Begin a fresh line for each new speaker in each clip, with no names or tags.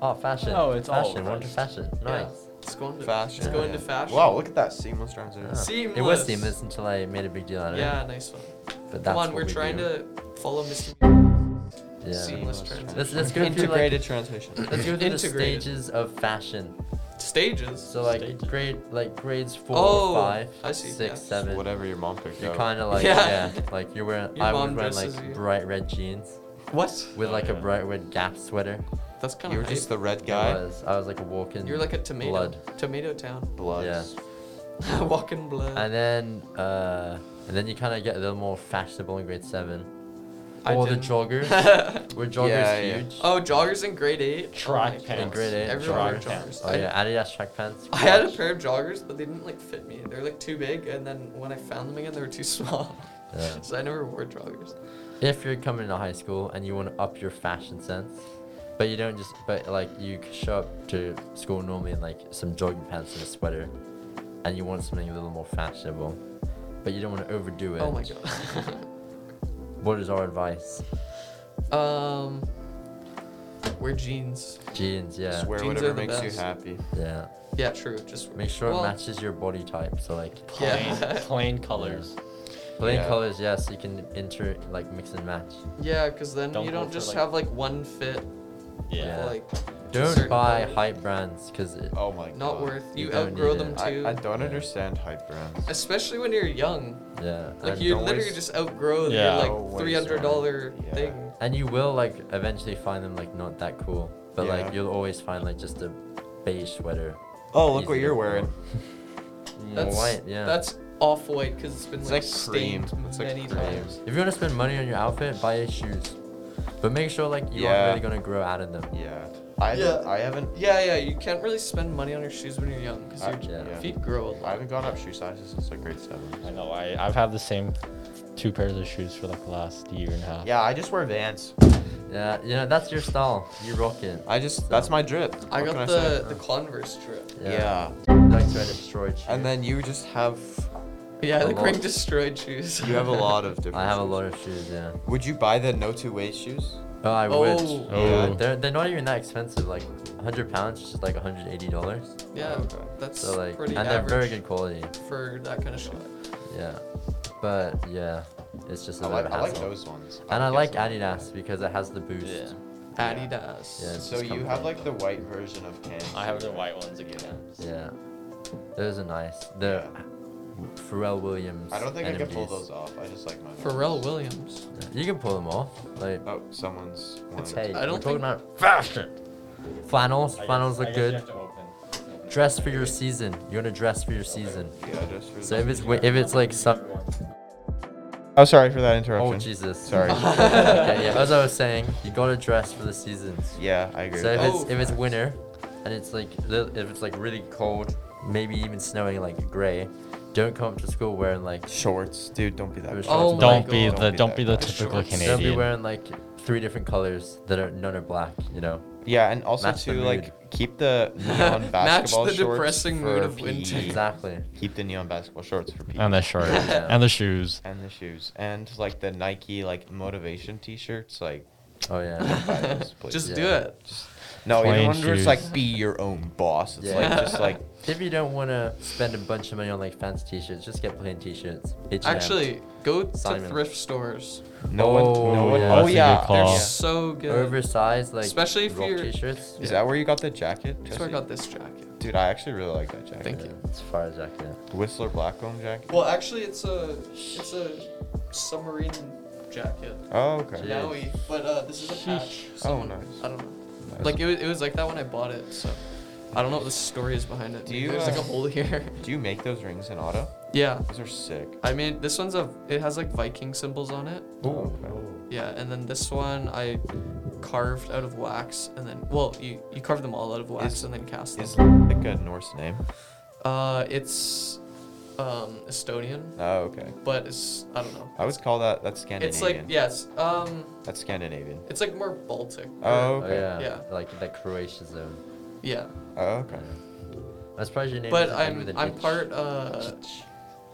Oh, fashion.
Oh, it's all
fashion.
over
We're into
us.
fashion. Nice.
Let's go into
Fashion.
Let's go
Yeah.
into fashion.
Wow, look at that seamless transition.
Yeah. Uh-huh. It
Seamless.
was seamless until I made a big deal out of
Yeah, nice one.
it. But that's
Come on,
what
we're
we
trying
do.
to follow Mr.
yeah.
Seamless
Let's,
transition.
let's go through like,
Integrated translation.
let's go through the
Integrated.
stages of fashion.
Stages.
So like
Stages.
grade like grades four,
Oh,
five,
I see,
six,
yeah.
seven.
Whatever your mom picked
You're
out.
kind of like yeah.
Yeah.
like you're wearing.
Your
I was
mom
wearing
dresses
like
you.
bright red jeans
what?
with
Oh,
like a
yeah.
bright red Gap sweater.
That's kind
You
of
were
hype.
just the red
I
guy.
was. I was like a walking.
You're like a tomato.
Blood.
Tomato town.
Blood.
Yeah.
Walking blood.
And then uh, and then you kind of get a little more fashionable in grade seven.
I
Or the
didn't.
joggers. Were joggers
Yeah, yeah.
huge?
oh, joggers in grade eight.
Track
oh my
pants.
In
God.
grade eight,
Everyone wore
track pants.
joggers.
Oh
I,
yeah, Adidas track pants.
I had a
clutch.
pair of joggers, but they didn't like fit me. They're like too big, and then when I found them again, they were too small.
Yeah.
so I never wore joggers.
If you're coming to high school and you want to up your fashion sense, but you don't just but like you c- show up to school normally in like some jogging pants and a sweater, and you want something a little more fashionable, but you don't want to overdo it.
Oh my god.
What is our advice?
um, wear jeans.
Jeans, yeah,
Just wear
Jeans are
whatever
the
makes you
best.
happy.
yeah.
Yeah, true. Just
Make sure
well,
it matches your body type. So like
Plain,
Yeah.
plain colors.
plain
Yeah.
colors, yeah, so you can inter like mix and match.
Yeah, because then
Don't
you
go
don't
for,
just
like-
have like one fit.
Yeah.
Yeah.
Like
Don't
certain
buy
colors.
hype brands because
Oh my god.
not worth.
You
You,
don't
outgrow
need
them
it.
too.
I, I don't
Yeah.
understand hype brands.
Especially when you're young.
yeah,
Like
and-
you
don't
literally
waste-
just outgrow the
Yeah.
Don't
like
waste
three hundred dollar
money. Yeah.
thing.
And you will like eventually find them like not that cool, but
Yeah.
like you'll always find like just a beige sweater.
Oh, look
easy
what
to
you're
pull.
wearing.
That's
Mm, white, yeah.
That's off white because it's been
It's
like,
like cream.
stained
It's like
many
cream.
times.
If you want to spend money on your outfit, buy your shoes, but make sure like you
Yeah.
aren't really gonna grow out of them.
Yeah. I haven't,
Yeah.
I haven't,
Yeah, yeah. You can't really spend money on your shoes when you're young because
I-
your
yeah.
feet grow a
I
lot.
haven't gone up shoe sizes since like grade seven.
I know. I I've had the same two pairs of shoes for like the last year and a half.
Yeah, I just wear Vans.
Yeah, you know that's your style. You rock it.
I just that's my drip.
I
What can
got
say?
the the Converse drip.
Yeah.
Like to a destroyed shoe.
And then you just have
Yeah,
A
the
lot.
ring destroyed shoes.
you have a lot of different.
I have a
shoes.
lot of shoes. Yeah.
Would you buy the no two waist shoes?
Oh, I
Oh.
wish.
Oh.
Yeah, they're they're not even that expensive. Like 100 pounds, which is like 180 dollars.
yeah,
Okay.
that's
So like,
pretty
and
average
they're very good quality.
for that kind of shoe.
Yeah. But yeah, it's just a
I
bit
like,
of a
I like
hassle.
those ones.
And I like
guess
Adidas because it has the boost.
Yeah.
Yeah.
Adidas.
Yeah. it's
So
just
you have
comfort.
like the white version of Kans.
I have the white ones again.
Yeah. Those are nice. They're Pharrell Williams.
I don't think I can pull
NMDs.
those off. I just like mine.
Pharrell Williams.
Yeah, You can pull them off. Like,
Oh, someone's. wanted
hey,
to-
I
we're
don't
talking
think-
about
Fashion.
flannels. Flannels look good. Dress for your season. You want to dress for your season.
Yeah, just for
So if it's wi- if it's like some.
Oh, sorry for that
Oh
interruption.
Jesus.
Sorry.
okay, yeah. As I was saying, you gotta dress for the seasons.
yeah, I agree.
So if
with
it's
Oh,
if it's
facts.
winter, and it's like li- if it's like really cold, maybe even snowing like gray, don't come to school wearing like
that. Shorts, dude, don't be that.
It was
guy.
Oh my
don't be
God.
the don't
that
be the
guy.
typical
Shorts. Don't be
Canadian.
Don't be wearing like three different colors that are none are black. You know.
Yeah, and also
Match the
to
mood.
like keep the neon
Match
basketball
the
shorts
depressing
for
mood of
PE.
winter.
Exactly.
Keep the neon basketball shorts for people.
And the shirt
Yeah.
and the shoes.
and the shoes and like the Nike like motivation T-shirts. Like,
Oh yeah.
buy those, please.
Just
Yeah.
do it.
no, you
Plain
don't wonder it's
shoes.
like be your own boss. It's like
Yeah.
just like
if you don't want to spend a bunch of money on like fancy t-shirts, just get plain t-shirts. H&M.
Actually, go to
Simon.
thrift stores.
no one. No
Oh, yeah. That's a
one. Oh
good
yeah.
call.
They're
Oh.
so good.
oversized like
Especially if
rock
you're-
t-shirts.
Is that where you got the jacket?
That's where I
Jesse?
got this jacket.
Dude, I actually really like that jacket.
Thank you.
As far as I can.
Whistler Blackcomb jacket.
Well, actually, it's a it's a submarine jacket.
Oh okay.
Yeah.
Maui, but uh, this is a patch. Someone-
Oh, nice.
I don't know. Like it was, it was like that when I bought it. So I don't know what the story is behind it.
Do
Maybe
you,
There's like
uh,
a hole here.
Do you make those rings in auto?
yeah.
Those are sick.
I mean, this one's a it has like Viking symbols on it.
Oh,
Yeah, and then this one I carved out of wax, and then well, you you carve them all out of wax
Is-
and then cast them.
Is like a Norse name?
uh, it's um Estonian,
Oh okay.
but it's I don't know.
I would call that that's Scandinavian.
It's like yes, um,
That's Scandinavian.
it's like more Baltic.
Oh
Oh
okay.
yeah.
Yeah.
Like the Croatia zone.
Yeah,
Oh okay.
I'm surprised your name.
but
doesn't end
I'm
with an
I'm
H.
part uh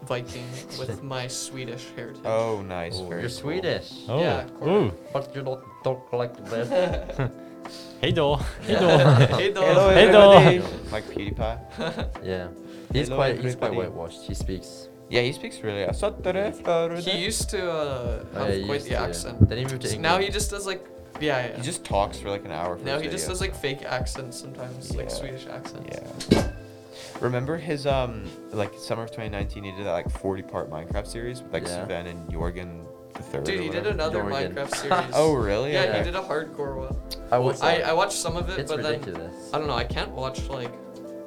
Viking with my Swedish heritage.
Oh nice.
Oh,
very
you're
cool.
Swedish.
Oh.
Yeah, correct.
Ooh.
But you don't talk like this.
Hey, doll. Hey,
Yeah.
doll.
Hey, doll.
Hello,
Hey, doll.
everybody. Like PewDiePie.
Yeah, he's
Hello,
quite he's quite
everybody.
whitewashed. He speaks.
Yeah, he speaks really. I saw the ref, uh,
He
Rude.
used to uh,
Oh,
have
yeah, he
quite
used
the
to, yeah.
accent.
Then he moved to
So Now he
England.
just does like, yeah, yeah.
He just talks for like an hour. For
now
his
he just
video.
does like fake accents sometimes, like
Yeah.
Swedish accents.
Yeah. Remember his um like summer of 2019? He did that like 40 part Minecraft series with like
Yeah.
Sven and Jorgen the third.
Dude,
or
he did
whatever.
another
Jorgen.
Minecraft series.
Oh really?
yeah,
yeah.
he did a hardcore one.
I watched
I,
that.
I watched some of it,
It's
but
ridiculous.
then I don't know. I can't watch like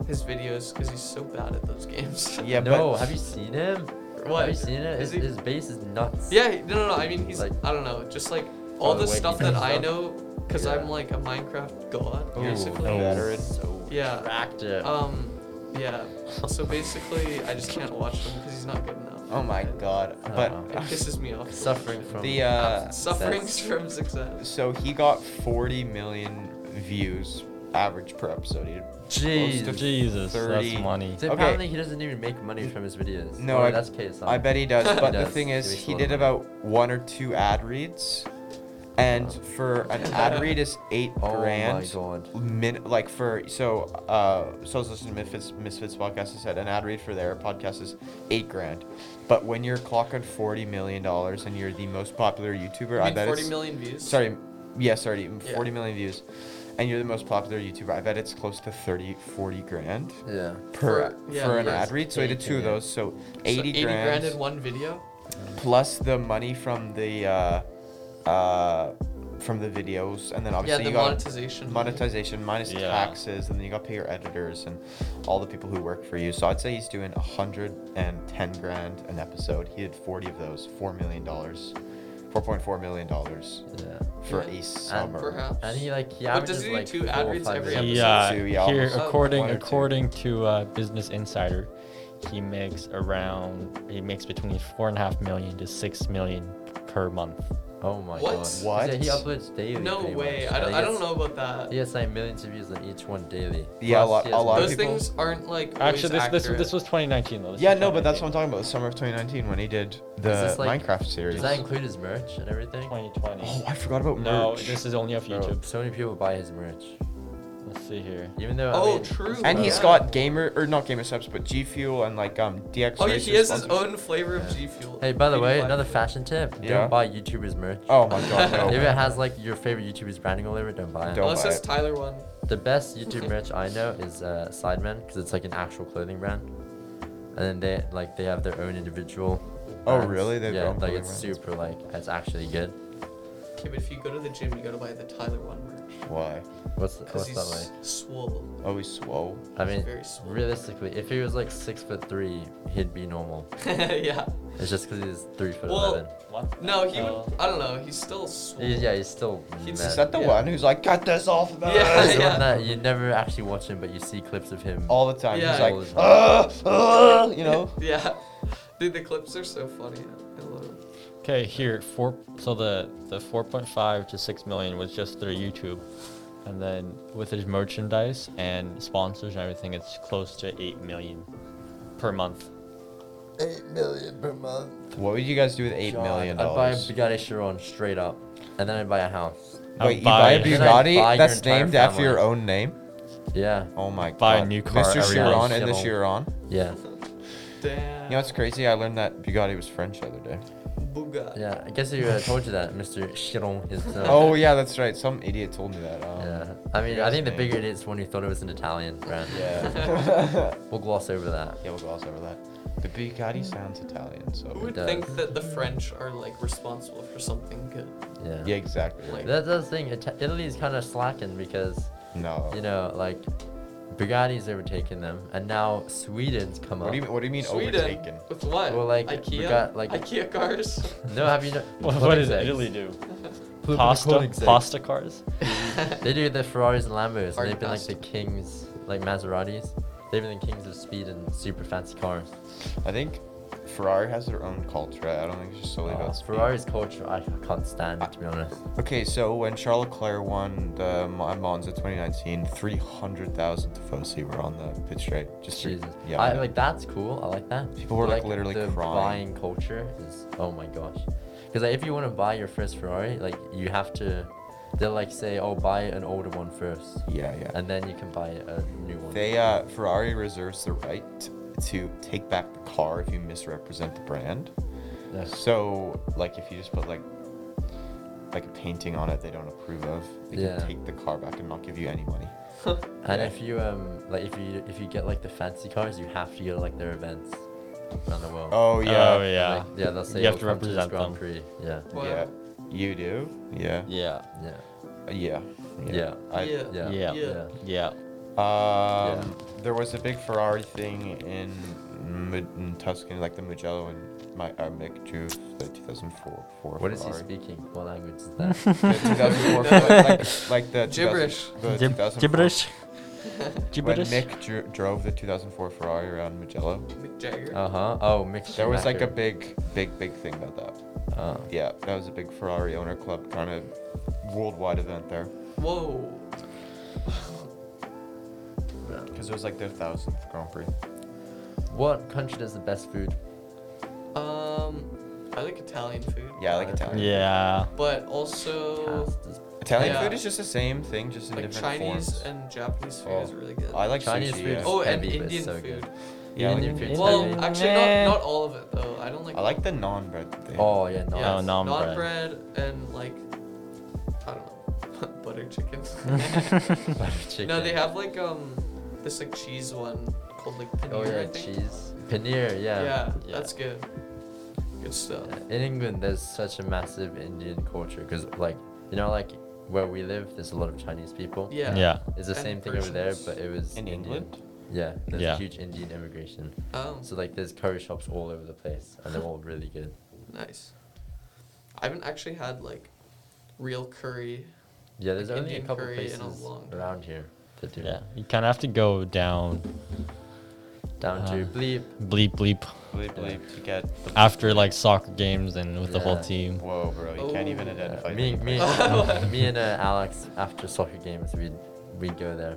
his videos because he's so bad at those games.
Yeah,
no,
but
have you seen him?
What?
Have you seen it? His,
Is he-
his bass is nuts.
yeah, he- no, no, no. I mean, he's
Like-
I don't know. Just like all
Oh, the
the
way he
stuff
does
that I
stuff.
know, because
Yeah.
I'm like a Minecraft god,
Ooh,
basically.
no.
veteran.
So
Yeah.
attractive.
Um, yeah. So basically, I just can't watch him because he's not good enough.
Oh my
And
god.
I don't
But
know.
It pisses me off.
Suffering from
the
Uh,
uh
Sufferings
success.
from success.
so he got 40 million views average per episode. He did
Jeez.
close to
Jesus,
30.
that's money.
So
Okay.
apparently he doesn't even make money from his videos.
No,
Oh,
I-
that's KSI.
I bet he does.
He
But the
does.
thing
He
is,
makes a
he
lot of
did
money.
about one or two ad reads, and for an ad read is eight
Oh
grand.
my god.
Min, like for so uh so I was listening to Misfits Misfits podcast. I said an ad read for their podcast is eight grand, but when you're clocking forty million dollars and you're the most popular YouTuber,
You
I
mean
bet
40
it's
million views.
Uh, sorry, yeah, sorry,
Yeah.
forty million views, and you're the most popular YouTuber. I bet it's close to 30, 40 grand
Yeah.
per
For-
for,
yeah,
an
yeah.
ad read. So I did two of
Yeah.
those, so
So
eighty
80
grand,
grand in one video.
plus the money from the uh, uh, from the videos, and then obviously
yeah, the
you got
monetization.
monetization minus
Yeah.
taxes, and then you got to pay your editors and all the people who work for you. So I'd say he's doing hundred and ten grand an episode. He did forty of those, four million dollars, four point four million dollars
Yeah.
for
Yeah.
a summer.
Perhaps.
And he like he
But
averages
does he do
like
two
four
ad
or
reads
five
every
minutes.
episode?
He, uh,
Two, yeah,
here,
almost.
Oh,
according
one or two.
according to uh, Business Insider, he makes around he makes between four and a half million to six million per month.
Oh my
What?
god. He
What?
said He uploads daily.
No
pretty
way.
much.
I don't,
Like,
I
it's-
don't know about that.
He has like millions of views on each one daily.
Yeah, a
Plus,
lot-
he
a
has
lot of
millions-
Those
people-
things aren't like
Actually, this
always
this
accurate.
this was 2019 though. this
Yeah,
was
no, but that's what I'm
2019.
talking about. The summer of 2019 when he did
Is
the
this, like-
Minecraft series.
Does that include his merch and everything?
2020.
Oh, I forgot about merch.
no, this is only off
Bro,
YouTube.
so many people buy his merch.
Let's see here.
Even though. I
Oh,
mean,
true.
And
he
he's
yeah.
got gamer or not gamer subs, but G Fuel and like um DX.
Oh yeah,
Racer
he has his
sponsors.
own flavor of
Yeah.
G Fuel.
Hey, by the way,
85.
another fashion tip.
Yeah.
Don't buy YouTubers merch.
Oh my god, no.
If it has like your favorite YouTuber's branding all over it, don't buy it.
Don't
Unless
buy
it's
it.
Tyler one.
The best YouTube merch I know is uh, Sidemen because it's like an actual clothing brand, and then they like they have their own individual.
Oh,
brands.
really? They have their
yeah,
own
like
clothing
it's
brands?
super like it's actually good.
Okay, but if you go to the gym, you gotta buy the Tyler one merch.
Why?
What's
Because
what's
he's
that like?
swole.
Oh, he's swole.
I mean,
very small.
realistically, if he was like six foot three, he'd be normal.
yeah.
It's just because he's three foot
Well,
eleven.
What?
No, he
Oh.
would. I don't know. He's still swole.
He's, yeah, he's still.
He's-
mad.
Is that the
yeah.
one who's like, cut this off? man."
Yeah,
He's the
yeah.
one that you never actually watch him, but you see clips of him.
All the time.
Yeah.
He's
All the
like,
time.
"Ugh, ugh," you know?
yeah. Dude, the clips are so funny. I love it.
Okay, here four. So the the 4.5 to 6 million was just through YouTube, and then with his merchandise and sponsors and everything, it's close to 8 million per month.
Eight million per month.
What would you guys do with eight
God,
million
I'd buy a
dollars?
Bugatti Chiron straight up, and then I'd buy a house.
I'd
Wait, you buy a
buy-
Then I'd buy
Bugatti
your
that's
entire
named after your
family.
own name?
Yeah,
Oh my god.
Buy a new car
Mr.
every
Chiron
month.
and the
Chiron.
Chiron.
yeah,
Damn.
You know what's crazy? I learned that Bugatti was French the other day.
Bugatti.
yeah. I guess if I told you that, Mr. Chiron himself.
Oh yeah, that's right. Some idiot told me that. Um,
Yeah, I mean, I
Bugatti
think the
name.
bigger it is when you thought it was an Italian brand.
Yeah.
We'll gloss over that.
yeah, we'll gloss over that. The Bugatti sounds Italian,
Who
so
would
does.
think that the French are like responsible for something good?
Yeah.
yeah, exactly.
Like-
That, that's the thing. Ita- Italy's kind of slacking because
no.
you know, like, Bugatti's overtaken them, and now Sweden's come
what
up.
do you mean? What do you mean
Sweden
overtaken?
with what?
Well, like, we
IKEA.
got, like-
IKEA cars.
No, have you not?
What, what
Plug
does
execs.
Italy do?
Plug
Pasta,
execs.
pasta cars.
They do the Ferraris and Lambos, and
Hard
they've been like
pasta.
the kings, like Maseratis. They've been the kings of speed and super fancy cars.
I think Ferrari has their own culture. I don't think it's just solely
Uh,
about speed.
Ferrari's culture, I can't stand it to be honest.
Okay, so when Charles Leclerc won the Mon- Monza 2019, 300,000 Tifosi were on the pit straight. Just three-
Jesus.
yeah.
I like that's cool. I like that.
People were,
But,
like, literally
the
crying.
Buying culture is oh my gosh, because like if you want to buy your first Ferrari, like you have to They'll like say, "Oh, buy an older one first,
Yeah, yeah.
and then you can buy a new one."
They uh, Ferrari reserves the right to take back the car if you misrepresent the brand.
Yeah.
So, like, if you just put like like a painting on it they don't approve of, they
Yeah.
can take the car back and not give you any money.
And
Yeah.
if you um like if you if you get like the fancy cars, you have to go to like their events around the world.
Oh yeah.
Oh yeah.
Like, yeah, they'll say
You have
"Oh,
to
come this
represent
Grand
them.
Prix. Yeah.
Wow.
Yeah. You do? Yeah.
Yeah.
Yeah.
Yeah.
Yeah.
I,
Yeah.
Yeah.
Yeah.
Yeah.
Yeah.
Um, there was a big Ferrari thing in, Mu- in Tuscany, like the Mugello and my uh, Mick drew the 2004 Ferrari.
What is he speaking? What language is that?
The 2004 Ferrari, like, like the 2000
Gibberish.
the
Gib-
2004
gibberish.
When
gibberish.
Mick drew, drove the 2004 Ferrari around Mugello,
Mick Jagger.
uh huh. Oh, mixed.
there was like a big, big, big thing about that.
Uh,
Yeah, that was a big Ferrari owner club kind of worldwide event there.
Whoa.
Because it was like their thousandth Grand Prix.
what country does the best food?
Um, I think Italian food.
Yeah, like Italian.
Yeah.
But also
Pastas.
Italian
Yeah.
food is just the same thing, just in
like
different
Chinese
forms.
and Japanese food is
Oh,
really good.
I like
Chinese
sushi,
food
yeah.
is
Oh, and
heavy, but
Indian
it's so
food.
good.
Yeah, I like
Indian
the
food's
Well,
heavy.
actually, not
Nah.
not all of it though. I don't like.
I like the non bread thing.
Oh yeah, no.
Yeah.
yes,
naan
naan
bread.
bread and like, I don't know, butter chicken.
Butter
No, they
chicken.
have like um this like cheese one called like paneer.
Oh
I
yeah,
think.
cheese. Paneer.
Yeah,
Yeah.
that's good. Good stuff.
Yeah, In England, there's such a massive Indian culture because, like, you know, like where we live, there's a lot of Chinese people.
Yeah.
Yeah.
It's the
And
same thing over there,
Persians.
but it was
In
Indian.
England?
Yeah, there's
Yeah.
huge Indian immigration.
Um,
So like, there's curry shops all over the place, and they're all really good.
nice. I haven't actually had like real curry.
Yeah, there's
Like
only
Indian
a couple
curry in a
places
long time.
around here that do.
Yeah.
it.
You kind of have to go down.
Down to
Uh,
bleep.
Bleep bleep.
Bleep bleep to get the
After like soccer games and with the whole
Yeah.
team.
Whoa, bro, you can't even
Oh.
identify.
Yeah, me,
them.
me,
What?
me and uh, Alex after soccer games, we'd we'd go there.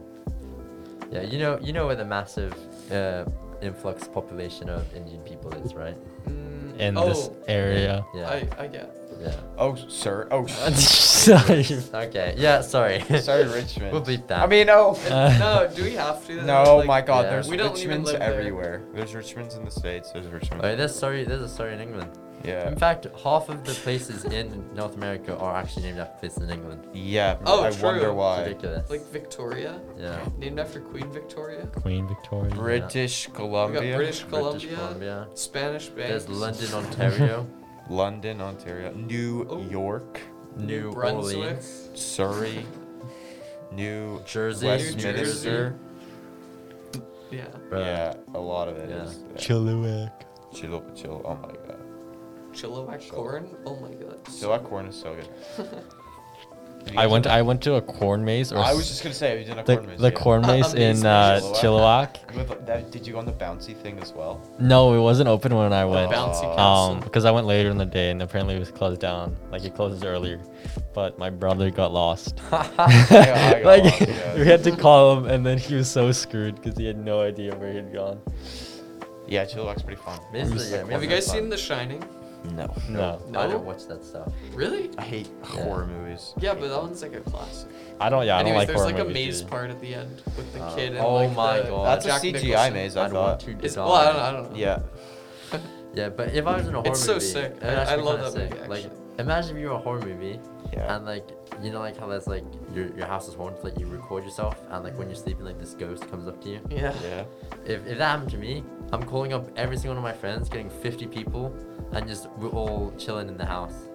Yeah, you know, you know where the massive uh, influx population of Indian people is, right?
Mm,
In
oh,
this area.
Yeah.
I I get.
yeah.
Oh, sir. Oh, sh-
Sorry.
Okay. Yeah. Sorry.
sorry, Richmond.
we'll bleep that.
I mean, oh.
Uh,
no, do we have to?
No, my God,
yeah.
there's
We don't even
Richmonds
live there.
everywhere. There's Richmonds in the states. There's Richmonds.
Wait, Oh, there's sorry. There's a story in England.
yeah.
In fact, half of the places in North America are actually named after places in England.
yeah. bro,
Oh,
I wonder
true.
why.
Ridiculous.
Like Victoria,
yeah.
named after Queen Victoria.
Queen Victoria.
British Columbia,
We got British Columbia,
British Columbia.
Spanish Banks,
There's London, Ontario,
London, Ontario, New
Oh.
York,
New
Brunswick.
Orleans,
Surrey, New
Jersey,
Westminster.
Yeah.
Bruh.
Yeah, a lot of it
Yeah.
is. yeah.
Chilliwack.
Chill, chill. Oh my God.
Chilliwack
Chill.
corn. Oh my god.
So that corn is so good.
I went. I went to a corn maze. Or
I
s-
was just gonna say we did a
the,
corn maze.
the
yeah.
corn
Uh,
maze in
amazing.
uh,
Chilliwack.
Chilliwack.
With that, did you go on the bouncy thing as well?
No, it wasn't open when I went.
bouncy
Oh.
castle.
Um, because I went later in the day and apparently it was closed down. Like it closes earlier, but my brother got lost.
I got
like
lost, yeah.
we had to call him, and then he was so screwed because he had no idea where he'd gone.
Yeah, Chilliwack's pretty fun.
Basically,
Just
yeah,
the
maybe
Have
corn
you
that's
guys
fun.
seen The Shining?
No.
No,
I
No?
don't watch that stuff.
Really?
I hate horror movies.
Yeah, but that one's like a classic.
I don't. Yeah, I
Anyways,
don't like
there's
horror
like a
movies
maze
either.
part at the end with the
Uh,
kid and
oh
like
my
the
God.
That's
Jack
a CGI
Nicholson.
maze, I
I'd want
thought.
to
It's,
die.
well, I don't, I don't know.
Yeah.
Yeah, but if I was in a horror
It's so
movie,
sick.
it'd
I- I
actually be
love
kinda
that
sick.
movie,
Like, imagine if you were a horror movie,
Yeah.
and like, you know, like how there's like your your house is haunted, like you record yourself, and like when you're sleeping, like this ghost comes up to you.
Yeah.
Yeah.
If if that happened to me, I'm calling up every single one of my friends, getting 50 people, and just we're all chilling in the house.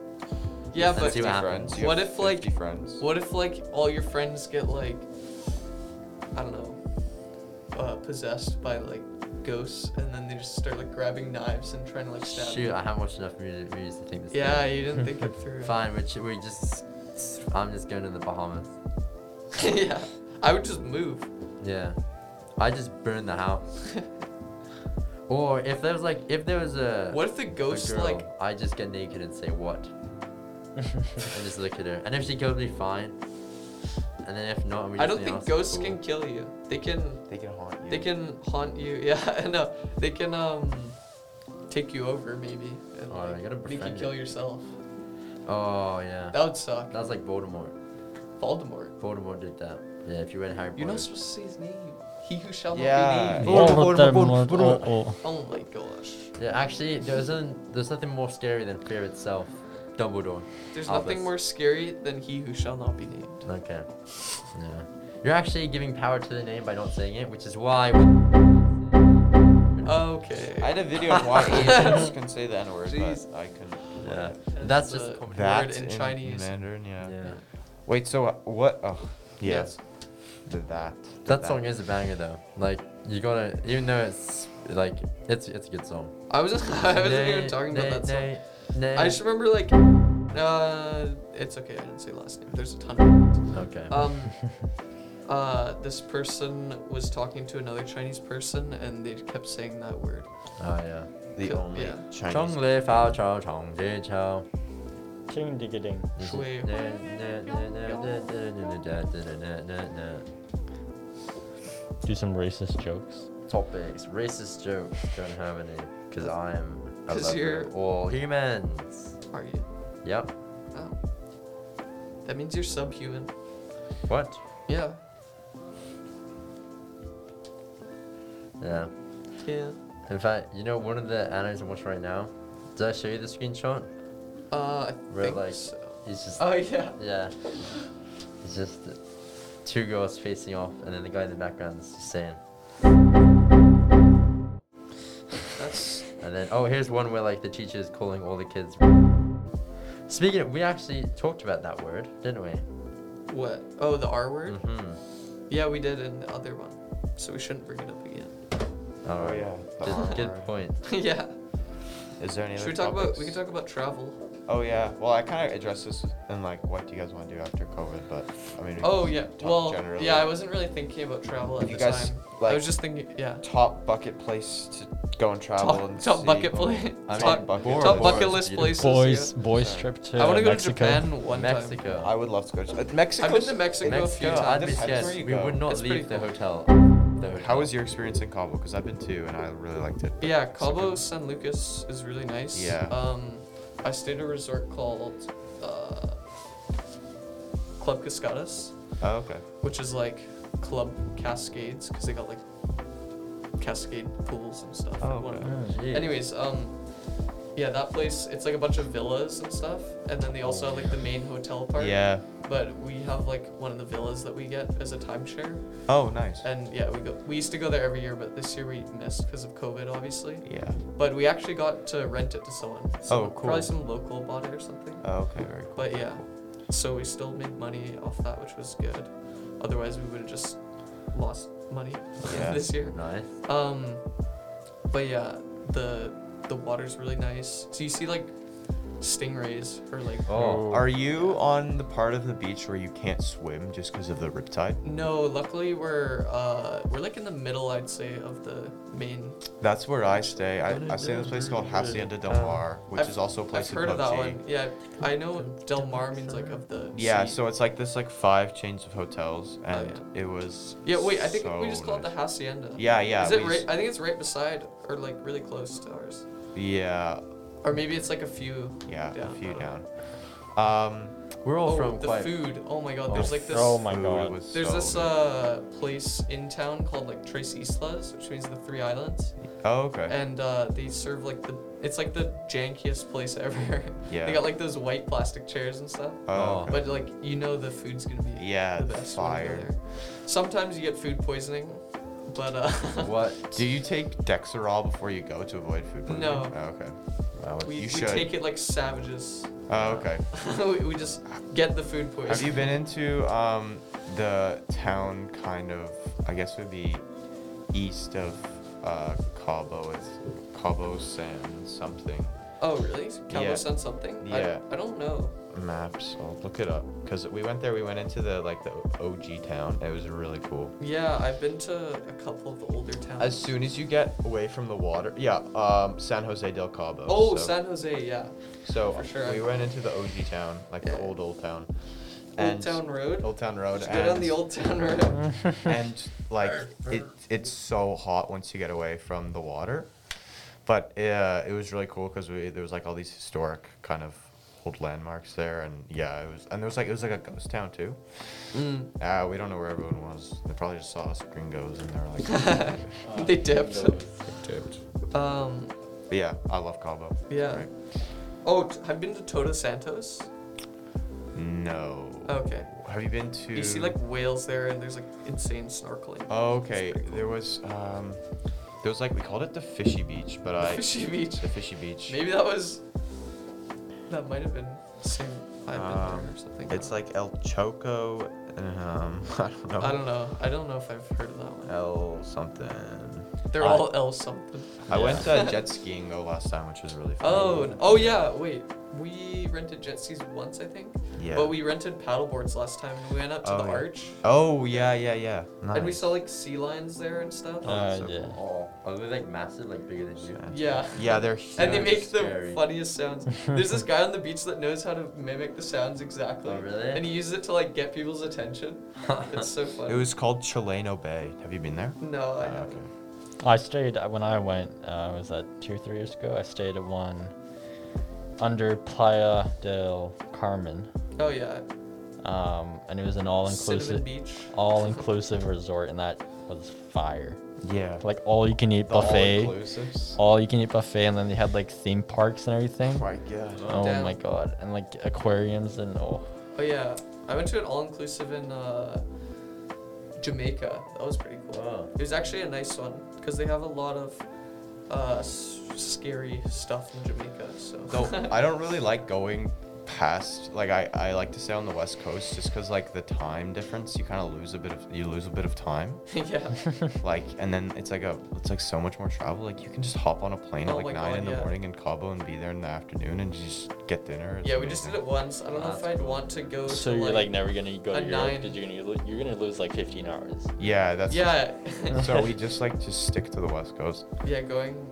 Yeah,
Let's
but
see
Fifty
what
friends.
happens.
you
What
have
if, like-
50 friends?
what if like all your friends get like I don't know, uh, possessed by like ghosts and then they just start like grabbing knives and trying to like stab
Shoot,
you.
I haven't watched enough mu- movies to think this.
Yeah,
through.
you didn't think it through.
Fine, which we just. I'm just going to the Bahamas.
yeah. I would just move.
Yeah. I just burned the house. or if there was like if there was a
What if the
a
ghost
girl,
like
I just get naked and say what? and just look at her. And if she kills me, fine. And then if not, we
I
just
don't
think
think
that's
ghosts
cool.
can kill you. They can
They can haunt you.
they can haunt you. Yeah, I know. They can um take you over maybe and
Oh, you gotta
like, make you
befriend
kill
it.
yourself.
Oh yeah.
That would suck.
That's like Voldemort.
Voldemort.
Voldemort did that. Yeah, if you read Harry Potter.
You're not supposed to say his name. He who shall
Yeah.
not be named.
Voldemort, Voldemort,
Voldemort,
Voldemort.
oh,
Oh my gosh.
Yeah, actually, there isn't. There's nothing more scary than fear itself. Dumbledore.
There's
Albus.
nothing more scary than he who shall not be named.
Okay. Yeah. You're actually giving power to the name by not saying it, which is why.
Okay.
I had a video of why Asians can say the N word, but I couldn't.
Yeah. That's just
the-
comedy.
That Word in Chinese.
Mandarin, yeah.
Yeah.
Wait, so uh, what? Oh,
Yeah.
yes. The that. the
That song is a banger though. Like you gotta, even though it's like it's it's a good song.
I was I wasn't even talking about that song. I just remember like, uh, it's okay. I didn't say last name. There's a ton. of
Okay.
Um, uh, this person was talking to another Chinese person, and they kept saying that word.
oh yeah.
the
Yeah.
only
Yeah.
Chinese.
Chong le fao chao chong ji chao.
Ching digging.
Shui.
Do some racist jokes.
Topics, racist jokes. Don't have any, cause I'm. a
'Cause
lover
you're-
of all humans.
Are you?
Yep.
Oh. That means you're subhuman.
What?
Yeah.
Yeah.
Yeah.
In fact, you know one of the animes I'm watching right now. Did I show you the screenshot?
Uh, I
Where,
think
like-
so.
It's just
Oh yeah.
Yeah. It's just two girls facing off, and then the guy in the background is just saying.
That's
And then, oh, here's one where like the teacher is calling all the kids. Speaking of, we actually talked about that word, didn't we?
what? Oh, the R word.
Mm-hmm.
Yeah, we did in the other one, so we shouldn't bring it up again.
All
Oh
right.
yeah. the
Good,
R
good
word.
point.
yeah.
Is there any
Should
other
we talk about? We
topics?
can talk about travel.
Oh yeah. Well, I kind of addressed this in like, what do you guys want to do after COVID? But I mean. we
Oh
can
yeah.
talk
Well,
generally.
yeah. I wasn't really thinking about travel at
You
the
guys,
time. I
like,
was just thinking. Yeah.
Top bucket place to go and travel
Top-
and
top
see.
bucket place-
I
Top-
mean,
bucket-
Bora
top
Bora
bucket
is
list
beautiful.
places.
Boys, boys
Sorry.
trip to
I want to go to
Mexico.
Japan one time.
Mexico.
I would love to go to uh, Mexico.
I've been to Mexico a few
Mexico. I'd be
times.
Depends where
scared.
you
We
go.
would not
It's pretty
leave the
cool.
hotel. The
How
hotel.
was your experience in Cabo? Because I've been to and I really liked it. but
Yeah,
some
Cabo
people-
San Lucas is really nice.
Yeah.
Um, I stayed at a resort called uh, Club Cascadas,
Oh, okay.
which is like Club Cascades because they got like cascade pools and stuff.
Oh,
at one of
okay.
them.
Jeez.
Anyways, um, yeah, that place it's like a bunch of villas and stuff, and then they also have like the main hotel part.
Yeah.
But we have like one of the villas that we get as a timeshare,
Oh, nice.
and yeah, we go. We used to go there every year, but this year we missed because of COVID, obviously.
Yeah.
But we actually got to rent it to someone. So
Oh, cool.
Probably some local bought it or something.
Oh, okay. Very cool.
But yeah, so we still made money off that, which was good. Otherwise, we would have just lost money
Yeah.
this year.
Nice.
Um, but yeah, the the water's really nice. So you see like stingrays or like
Oh.
Are you on the part of the beach where you can't swim just because of the riptide?
no. Luckily, we're uh we're like in the middle, I'd say, of the main.
That's where I stay. I, I stay in this place called Hacienda Del Mar, which
Um, I've-
is also a place
I've heard
in
of that
PUBG.
one. Yeah, I know Del Mar means like of the.
Yeah,
sea.
so it's like this like five chains of hotels, and it was.
Oh, Yeah, wait. I think we just
so
call it the
nice.
hacienda.
Yeah, yeah.
Is it
we
right?
s-
I think it's right beside or like really close to ours.
Yeah,
Or maybe it's like a few.
yeah, a
down, I
few
don't know.
down. Um,
We're all
Oh,
from
the
quite.
food. Oh my god,
Oh,
there's like this
Oh my
food
god.
was
there's
so
this
good.
uh place in town called like Tres Islas, which means the three islands.
Oh, okay.
And uh they serve like the it's like the jankiest place ever.
Yeah.
they got like those white plastic chairs and stuff.
oh, okay.
But like you know the food's gonna be
Yeah,
the best when you go
fire.
there. Sometimes you get food poisoning, but uh
What?
Do you take Dexerol before you go to avoid food poisoning?
No.
Oh, okay.
Wow,
we,
You
we
should.
take it like savages.
Oh, okay.
we, we just get the food poisoning.
Have you been into um the town kind of I guess would be east of uh Cabo it's Cabo San something
Oh, really? Cabo
Yeah.
sent something? I-
Yeah.
I, don't know.
maps I'll look it up because we went there we went into the like the OG town it was really cool
Yeah, I've been to a couple of the older towns.
as soon as you get away from the water yeah um San Jose del Cabo
oh,
so,
San Jose, yeah.
so
for sure.
we went into the OG town like the
Yeah.
old old town
Old Town Road.
Old Town Road
Just go down
and-
the Old Town Road.
and like it, it's so hot once you get away from the water. But uh, it was really cool because there was like all these historic kind of old landmarks there, and yeah, it was. And there was like it was like a ghost town too.
Mm.
Ah, we don't know where everyone was. They probably just saw us gringos, and they were like,
They dipped.
tipped.
Um,
But yeah, I love Cabo.
Yeah.
Right?
oh, t- have you been to Todos Santos?
No.
Okay.
Have you been to?
Oh. You see like whales there, and there's like insane snorkeling.
Oh,
It's
okay.
pretty cool.
There was um, there was like we called it the fishy beach, but I
Fishy beach.
the fishy beach.
Maybe that was. That might have been the same. I've been
Um,
there or something. I
It's
don't-
like El Choco. Um, I don't know.
I don't know. I don't know if I've heard of that one.
El something.
They're
Uh, I-
all L something.
I went
Yeah.
uh, jet skiing though last time, which was really fun.
Oh, n- oh yeah. Wait, we rented jet skis once, I think.
Yeah.
But we rented paddleboards last time, and we went up to
Oh,
the
yeah.
arch,
Oh yeah, yeah, yeah. Nice.
and we saw like sea lions there and stuff.
Oh, that's
Uh,
so
yeah.
cool.
Oh, are they like massive, like bigger than you?
yeah.
Yeah, they're huge.
And they
Yeah,
make
it's
the
scary.
funniest sounds. There's this guy on the beach that knows how to mimic the sounds exactly.
Oh, really?
And he uses it to like get people's attention. It's so funny.
It was called Chileno Bay. Have you been there?
No, I
Ah,
haven't.
I stayed uh, when I went. Uh, was that two, three years ago? I stayed at one under Playa del Carmen,
Oh yeah.
um, and it was an all-inclusive,
Cinnamon Beach.
all-inclusive resort, and that was fire.
Yeah.
Like all-you-can-eat
The
buffet,
all-inclusives.
all-you-can-eat buffet, and then they had like theme parks and everything.
Oh my god.
Oh
Damn.
my god, and like aquariums and oh,
Oh yeah. I went to an all inclusive in uh, Jamaica. That was pretty cool.
Oh.
It was actually a nice one because they have a lot of uh, s- scary stuff in Jamaica. So.
No, I don't really like going past. Like I, I like to stay on the west coast just because like the time difference, you kind of lose a bit of you lose a bit of time.
yeah.
Like and then it's like a it's like so much more travel. Like you can just hop on a plane
Oh
at
my
like nine
God,
in the
yeah.
morning in Cabo and be there in the afternoon and just get dinner. It's
Yeah, we just did
amazing.
it once. I don't know
That's
if I'd
cool.
want to go.
so
to,
you're like never gonna go
a
to Europe
nine.
because you're gonna lo- you're gonna lose like 15 hours.
Yeah, that's
Yeah.
so we just like just stick to the west coast,
Yeah, going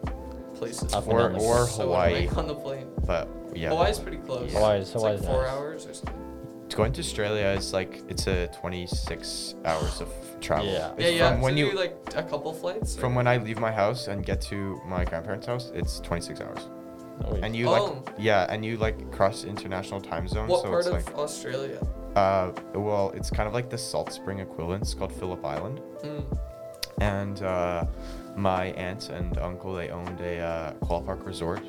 places.
Up and
Or-
down the-
or
So when, like,
Hawaii.
on the plane.
but yeah.
Hawaii's pretty close.
Hawaii-
it's
Hawaii's
like four
nice.
hours or something.
Going to Australia is like it's a 26 hours of travel.
Yeah.
It's
Yeah, yeah.
From when
so
you
do like a couple flights. or-
from when I leave my house and get to my grandparents' house, it's 26 hours.
Oh, wait.
And you
Oh.
like yeah, and you like cross international time zones,
what
so
part
it's
of
like
Australia?
uh well, it's kind of like the salt spring equivalent. It's called Phillip Island.
Mm.
And uh my aunt and uncle they owned a uh koala park resort,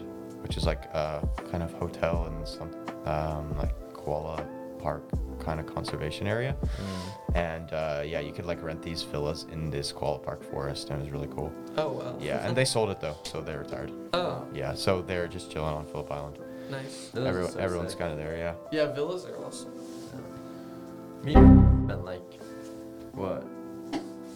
which is like a kind of hotel and some um like koala park kind of conservation area. And uh yeah, you could like rent these villas in this koala park forest and it was really cool.
Oh wow.
Yeah, and they sold it though, so they're retired.
oh,
Yeah, so they're just chilling on Phillip Island.
nice.
Those are
Everyone,
so
everyone's
sick.
kind of there, yeah.
Yeah, villas are awesome.
Me spent like what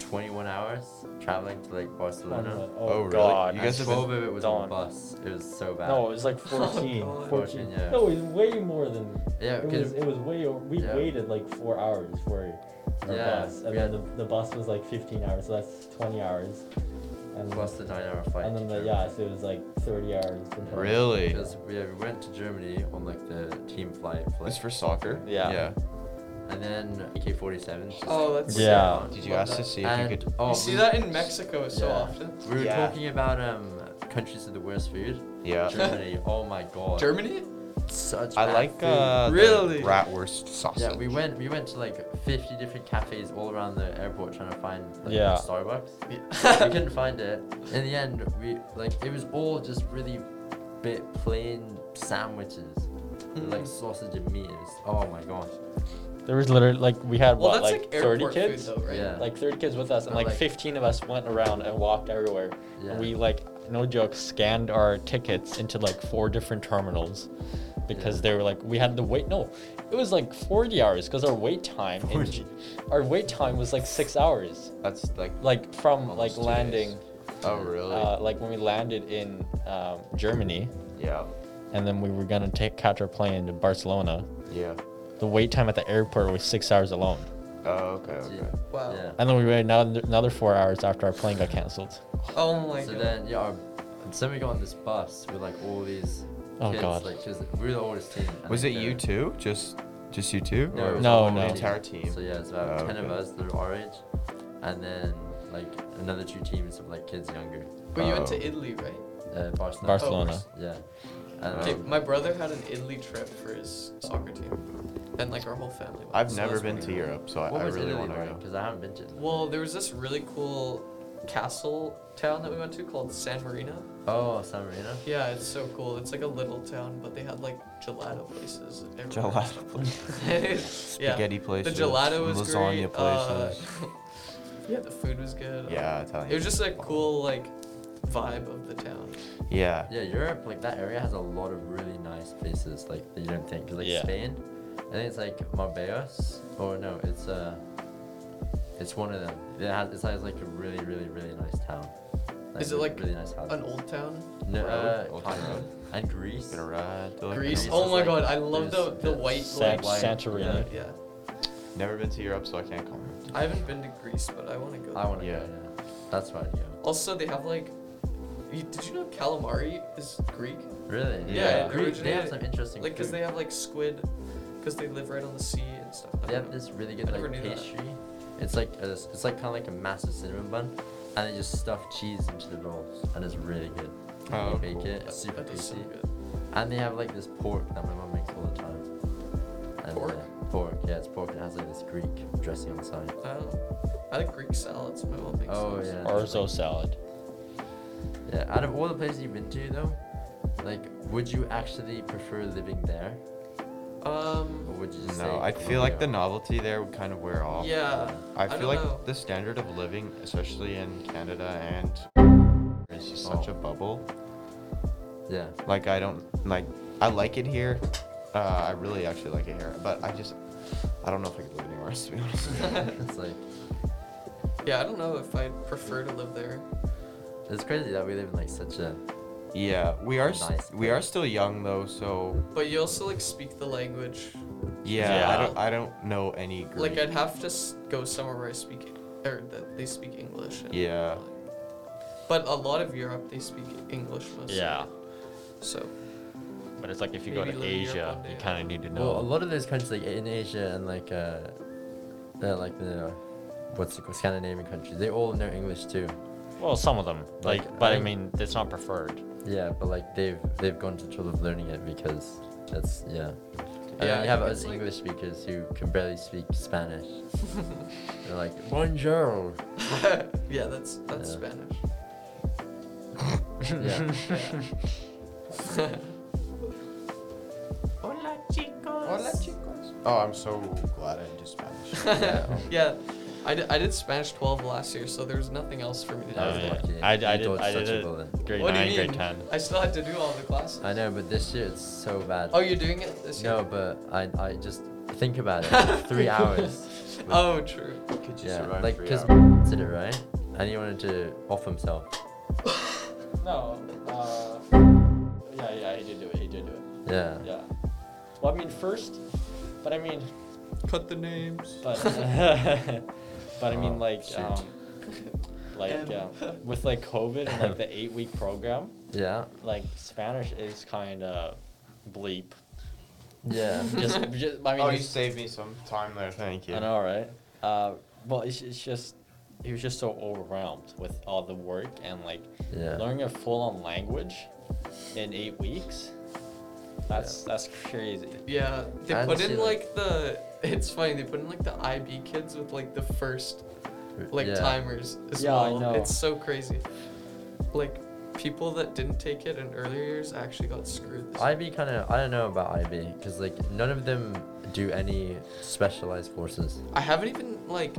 21 hours traveling to like Barcelona.
Oh,
Oh, really?
god.
You
And
guys have been-
12 of it was on
Dawn.
a bus. It was so bad.
No, it was like 14.
14, God.
14, yeah.
Oh, No, it was way more than.
Yeah,
it was.
because
It was way. Over, we
yeah.
waited like four hours for our
Yeah,
bus, and
we had-
then the, the bus was like 15 hours, so that's 20 hours. And
plus the nine hour flight.
and then
to
the, yeah, so it was like 30 hours. in total.
Really?
Because we, yeah, we went to Germany on like the team flight, flight
It's for soccer.
Yeah.
and then AK 47.
Oh, that's
Yeah.
Did you
Love
ask to
that.
see if you could?
oh,
you see
we-
that in Mexico so
yeah.
often.
We were
Yeah.
talking about um countries with the worst food.
Yeah.
Germany. oh my god.
Germany?
Such.
I
bad
like
food.
uh, the
Really?
bratwurst sausage.
Yeah, we went we went to like 50 different cafes all around the airport trying to find like
Yeah.
Starbucks. we
Yeah.
couldn't find it. In the end, we like it was all just really bit plain sandwiches, with, like sausage and meat. It was- oh my gosh.
There was literally like we had
well,
what
that's like,
like, 30
airport
kids,
food though, right?
Yeah.
like 30 kids with us, and
But,
like,
like-
15 of us went around and walked everywhere. And
Yeah.
we like no joke scanned our tickets into like four different terminals because
Yeah.
they were like we had to wait no it was like 40 hours because our wait time in
40.
J- our wait time was like six hours
That's like.
like from
Almost two
like landing
days. Oh really?
uh, like when we landed in um, germany
yeah.
and then we were gonna take catch our plane to barcelona
Yeah.
the wait time at the airport was six hours alone
Oh okay.
Gee,
okay.
Wow.
Yeah.
and then we waited another, another four hours after our plane got canceled
Oh my
so
god.
then yeah, our, and so we got on this bus with like all these
Oh,
kids,
God.
like 'cause we were the oldest team. and,
Was it
like,
you
the-
two? Just, just you two?
No,
or
it was
No,
the whole
no.
Entire team.
So yeah, it's about
Oh,
ten of
okay.
us that are our age, and then like another two teams of like kids younger.
but you went
Oh.
to Italy, right?
Uh, Barcelona.
Oh, Barcelona.
Yeah. um, I don't
Dude,
know.
my brother had an Italy trip for his soccer team, and like our whole family. Went,
I've
so
never
that's
been
pretty
to
cool.
Europe, so I,
what
I
was
really
Italy
want to
like?
go.
Because I haven't been to Italy.
Well, there was this really cool castle town that we went to called San Marino.
oh, San Marino.
Yeah, it's so cool. It's like a little town, but they had like gelato places. everywhere.
Gelato places.
yeah.
Spaghetti places.
The gelato was
lasagna
great.
places.
Uh, yeah, the food was good. Uh,
yeah, Italian.
It was just a cool like vibe of the town.
Yeah.
Yeah, Europe, like that area has a lot of really nice places, like that you don't think. 'Cause, like
Yeah.
Spain, I think it's like Marbeos, or no, it's uh, it's one of them. It has, it has like a really, really, really nice town.
Is it, like,
really nice house?
An old town.
no,
road?
uh,
Old
kind
town
of. And Greece.
Gonna ride to like
Greece.
Greece
Oh
is,
my
like,
god, I love the
there's
the
the
white
San-
like.
Santorini.
Yeah.
Never been to Europe, so I can't comment.
I haven't been to Greece, but I want to go.
I want to
Yeah.
go. Yeah. That's where I'd go.
Also, they have like. You, did you know calamari is Greek?
Really?
Yeah,
Greece, they have
it
originated-
some interesting.
Like, cause
food.
they have like squid, cause they live right on the sea and stuff. I
They have
don't know.
this really good
I never
like
knew that.
pastry. It's like a, it's like kind of like a massive cinnamon bun, and they just stuff cheese into the rolls, and it's really good.
Oh,
you bake
cool.
it,
That-
it's super
that does
tasty.
sound good.
And they have like this pork that my mom makes all the time. And,
Pork?
uh, pork, yeah, it's pork. and It has like this Greek dressing on the side.
I don't know. I like Greek salads. My mom makes.
Oh,
those.
yeah.
Orzo salad.
Yeah. Out of all the places you've been to, though, like, would you actually prefer living there, or
Um.
would you just
No,
say
I feel like
Colombia?
the novelty there would kind of wear off.
Yeah.
I
don't
feel like
know.
the standard of living, especially in Canada and is just such a bubble.
Yeah.
Like I don't like I like it here. Uh, I really actually like it here, but I just I don't know if I could live anywhere else to be honest.
it's like
Yeah, I don't know if I'd prefer to live there.
it's crazy that we live in like such a
yeah, we are s
Nice
we are
place.
still young though, so
But you also like speak the language.
yeah, I
Yeah.
don't I don't know any Greek.
Like I'd have to s- go somewhere where I speak, or that they speak English. and,
Yeah.
like- But a lot of Europe, they speak English mostly.
Yeah.
So
But it's like if you go
Maybe
to
live in Europe
Asia,
one
you
day.
kind of need to know.
Well, a lot of those countries, like in Asia and like uh, uh like the what's it called, Scandinavian countries, they all know English too.
Well, some of them,
Like,
like, but I
I-
mean, it's not preferred.
Yeah, but like they've they've gone to trouble of learning it because that's yeah. And
Yeah,
then
I
you have
think
us
it's like-
English speakers who can barely speak Spanish. They're like bonjour.
yeah, that's that's
Yeah.
Spanish.
Yeah.
Hola chicos.
Oh, I'm so glad I do Spanish.
yeah.
Yeah, I did, I did Spanish 12 last year, so there was nothing else for me to do.
That was
Oh, yeah.
lucky.
I, I
You
did,
dodged
I
such
did
a
it.
bullet.
Grade
what do
nine,
you mean?
grade ten.
I still had to do all the classes.
I know, but this year it's so bad.
Oh, you're doing it this year?
no, but I I just think about it. Three hours.
Oh, true.
Could you
yeah,
survive
like
three
because
hours?
did it right, and he wanted to off himself.
No. Uh, yeah, yeah, he did do it. He did do it.
Yeah.
Yeah. Well, I mean, first, but I mean,
Cut the names.
but but I mean,
Oh,
like,
shoot.
um, like
And-
uh, with like COVID and like the eight week program,
Yeah.
like Spanish is kind of bleep.
Yeah.
Just, just I mean,
oh, you
it's-
saved me some time there. Thank you.
I know, right? Uh, well, it's, it's just he was just so overwhelmed with all the work and like
Yeah.
learning a full-on language in eight weeks. That's that's crazy.
Yeah, they
I
put
see
in
that.
like the. It's funny they put in like the IB kids with like the first like
yeah.
timers as
Yeah, I
well.
know.
It's so crazy. Like people that didn't take it in earlier years actually got screwed. This
IB kind of I don't know about IB because like none of them do any specialized courses.
I haven't even like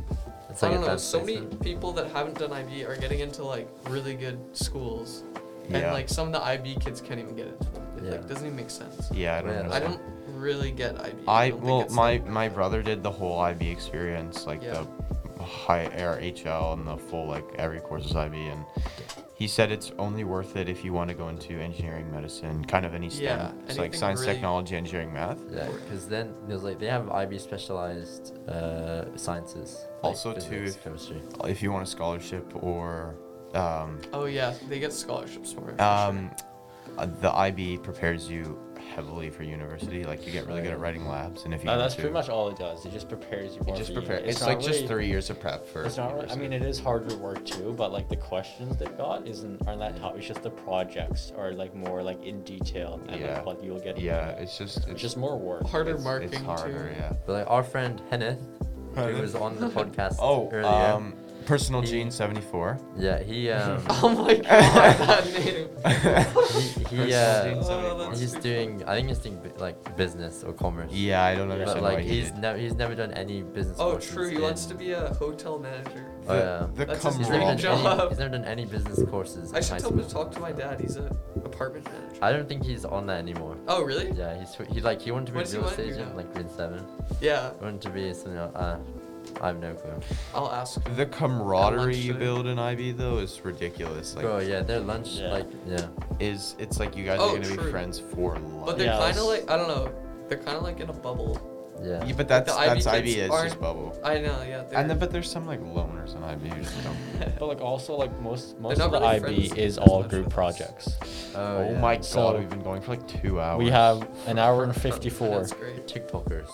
It's
I
like
don't know.
advanced
So many
placement.
people that haven't done IB are getting into like really good schools, and
Yeah.
like some of the IB kids can't even get into them. It like
Yeah.
doesn't even make sense.
Yeah, I don't.
Yeah,
know.
I don't really get IB.
I
don't think
well,
it's
my
like-
my brother did the whole IB experience, like
Yeah.
the high air HL and the full like every course is IB, and he said it's only worth it if you want to go into engineering, medicine, kind of any STEM,
Yeah,
it's like
anything
science,
really-
technology, engineering, math.
Yeah, because then there's like they have IB specialized uh, sciences. like
Also, too,
physics,
if-
chemistry.
If you want a scholarship or um,
Oh yeah, they get scholarships for it. for sure.
um, uh, the IB prepares you heavily for university. Like you get really good at
Right.
writing labs, and if you
No,
want
that's
to-
pretty much all it does. It just prepares you.
it
more
just
for uni.
prepare. It's,
not
like just
really-
three years of prep for.
It's not. really- I
university.
mean, it is harder work too, but like the questions they've got isn't aren't that tough. It's just the projects are like more like in detail and
Yeah.
like what you'll get.
Yeah, it's just it's,
It's just more work.
Harder
it's,
marking
It's harder,
too.
yeah.
But like our friend Henneth, who
Henneth?
was on the podcast
Oh,
earlier.
um, personal
He-
gene seventy four.
yeah, he um,
Oh my god, that name.
he, uh,
Oh, that's
he's
too
doing. I think he's doing bu- like business or commerce.
Yeah, I don't
But,
But
understand why
like
he
he's
did.
never he's never done any business.
Oh,
courses
true. He wants
in-
to be a hotel manager.
Oh, yeah.
the
uh, That's
cum
He's
his dream
never,
rob.
done any,
job.
he's never done any business courses.
I
in
should
high
tell him to
school.
talk to my dad. He's a apartment manager.
I don't think he's on that anymore.
oh really?
Yeah, he's he like he wanted to be
What
a
does he
real
want to
estate
do
agent
now?
like grade seven.
Yeah.
He wanted to be something. Else. Uh, I have no clue.
I'll ask. him.
The camaraderie you
today.
build in IB though is ridiculous. Like,
Bro, yeah, their lunch
Yeah.
like yeah.
is it's like you guys
Oh,
are gonna
true.
be friends for life.
But they're
Yeah,
kind of
let's-
like I don't know. They're kind of like in a bubble.
Yeah.
Yeah, but that's
the IB
that's IB
kids
is
aren't-
just bubble.
I know. Yeah. They're,
And then, but there's some like loners in IB who just don't.
But like also like most most
not
of the
really
IB
friends as
is all
much
group
with us.
projects.
oh,
Oh,
yeah.
my god,
So-
we've been going for like two hours.
We have an hour and fifty four.
That's great.
TikTokers.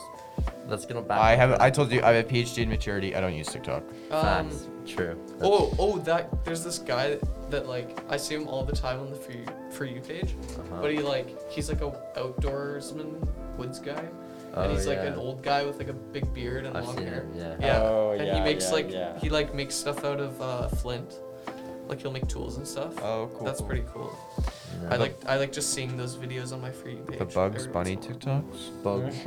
Let's get on back.
I
on
have.
that.
I told you I have a PhD in maturity. I don't use TikTok.
Um,
Facts. True. That's-
oh, oh, that there's this guy that, that like I see him all the time on the for you, for you page,
Uh-huh.
but he like he's like a outdoorsman, woods guy,
Oh,
and he's like an
yeah.
old guy with like a big beard and
I've
long
seen
hair.
him, yeah.
Oh,
and
yeah,
he makes
yeah,
like
yeah.
he like makes stuff out of uh, flint, like he'll make tools and stuff.
Oh, cool,
That's
cool.
pretty cool.
Yeah.
I like I like just seeing those videos on my for you page.
The Bugs
every
Bunny
once in a while.
TikToks.
Bugs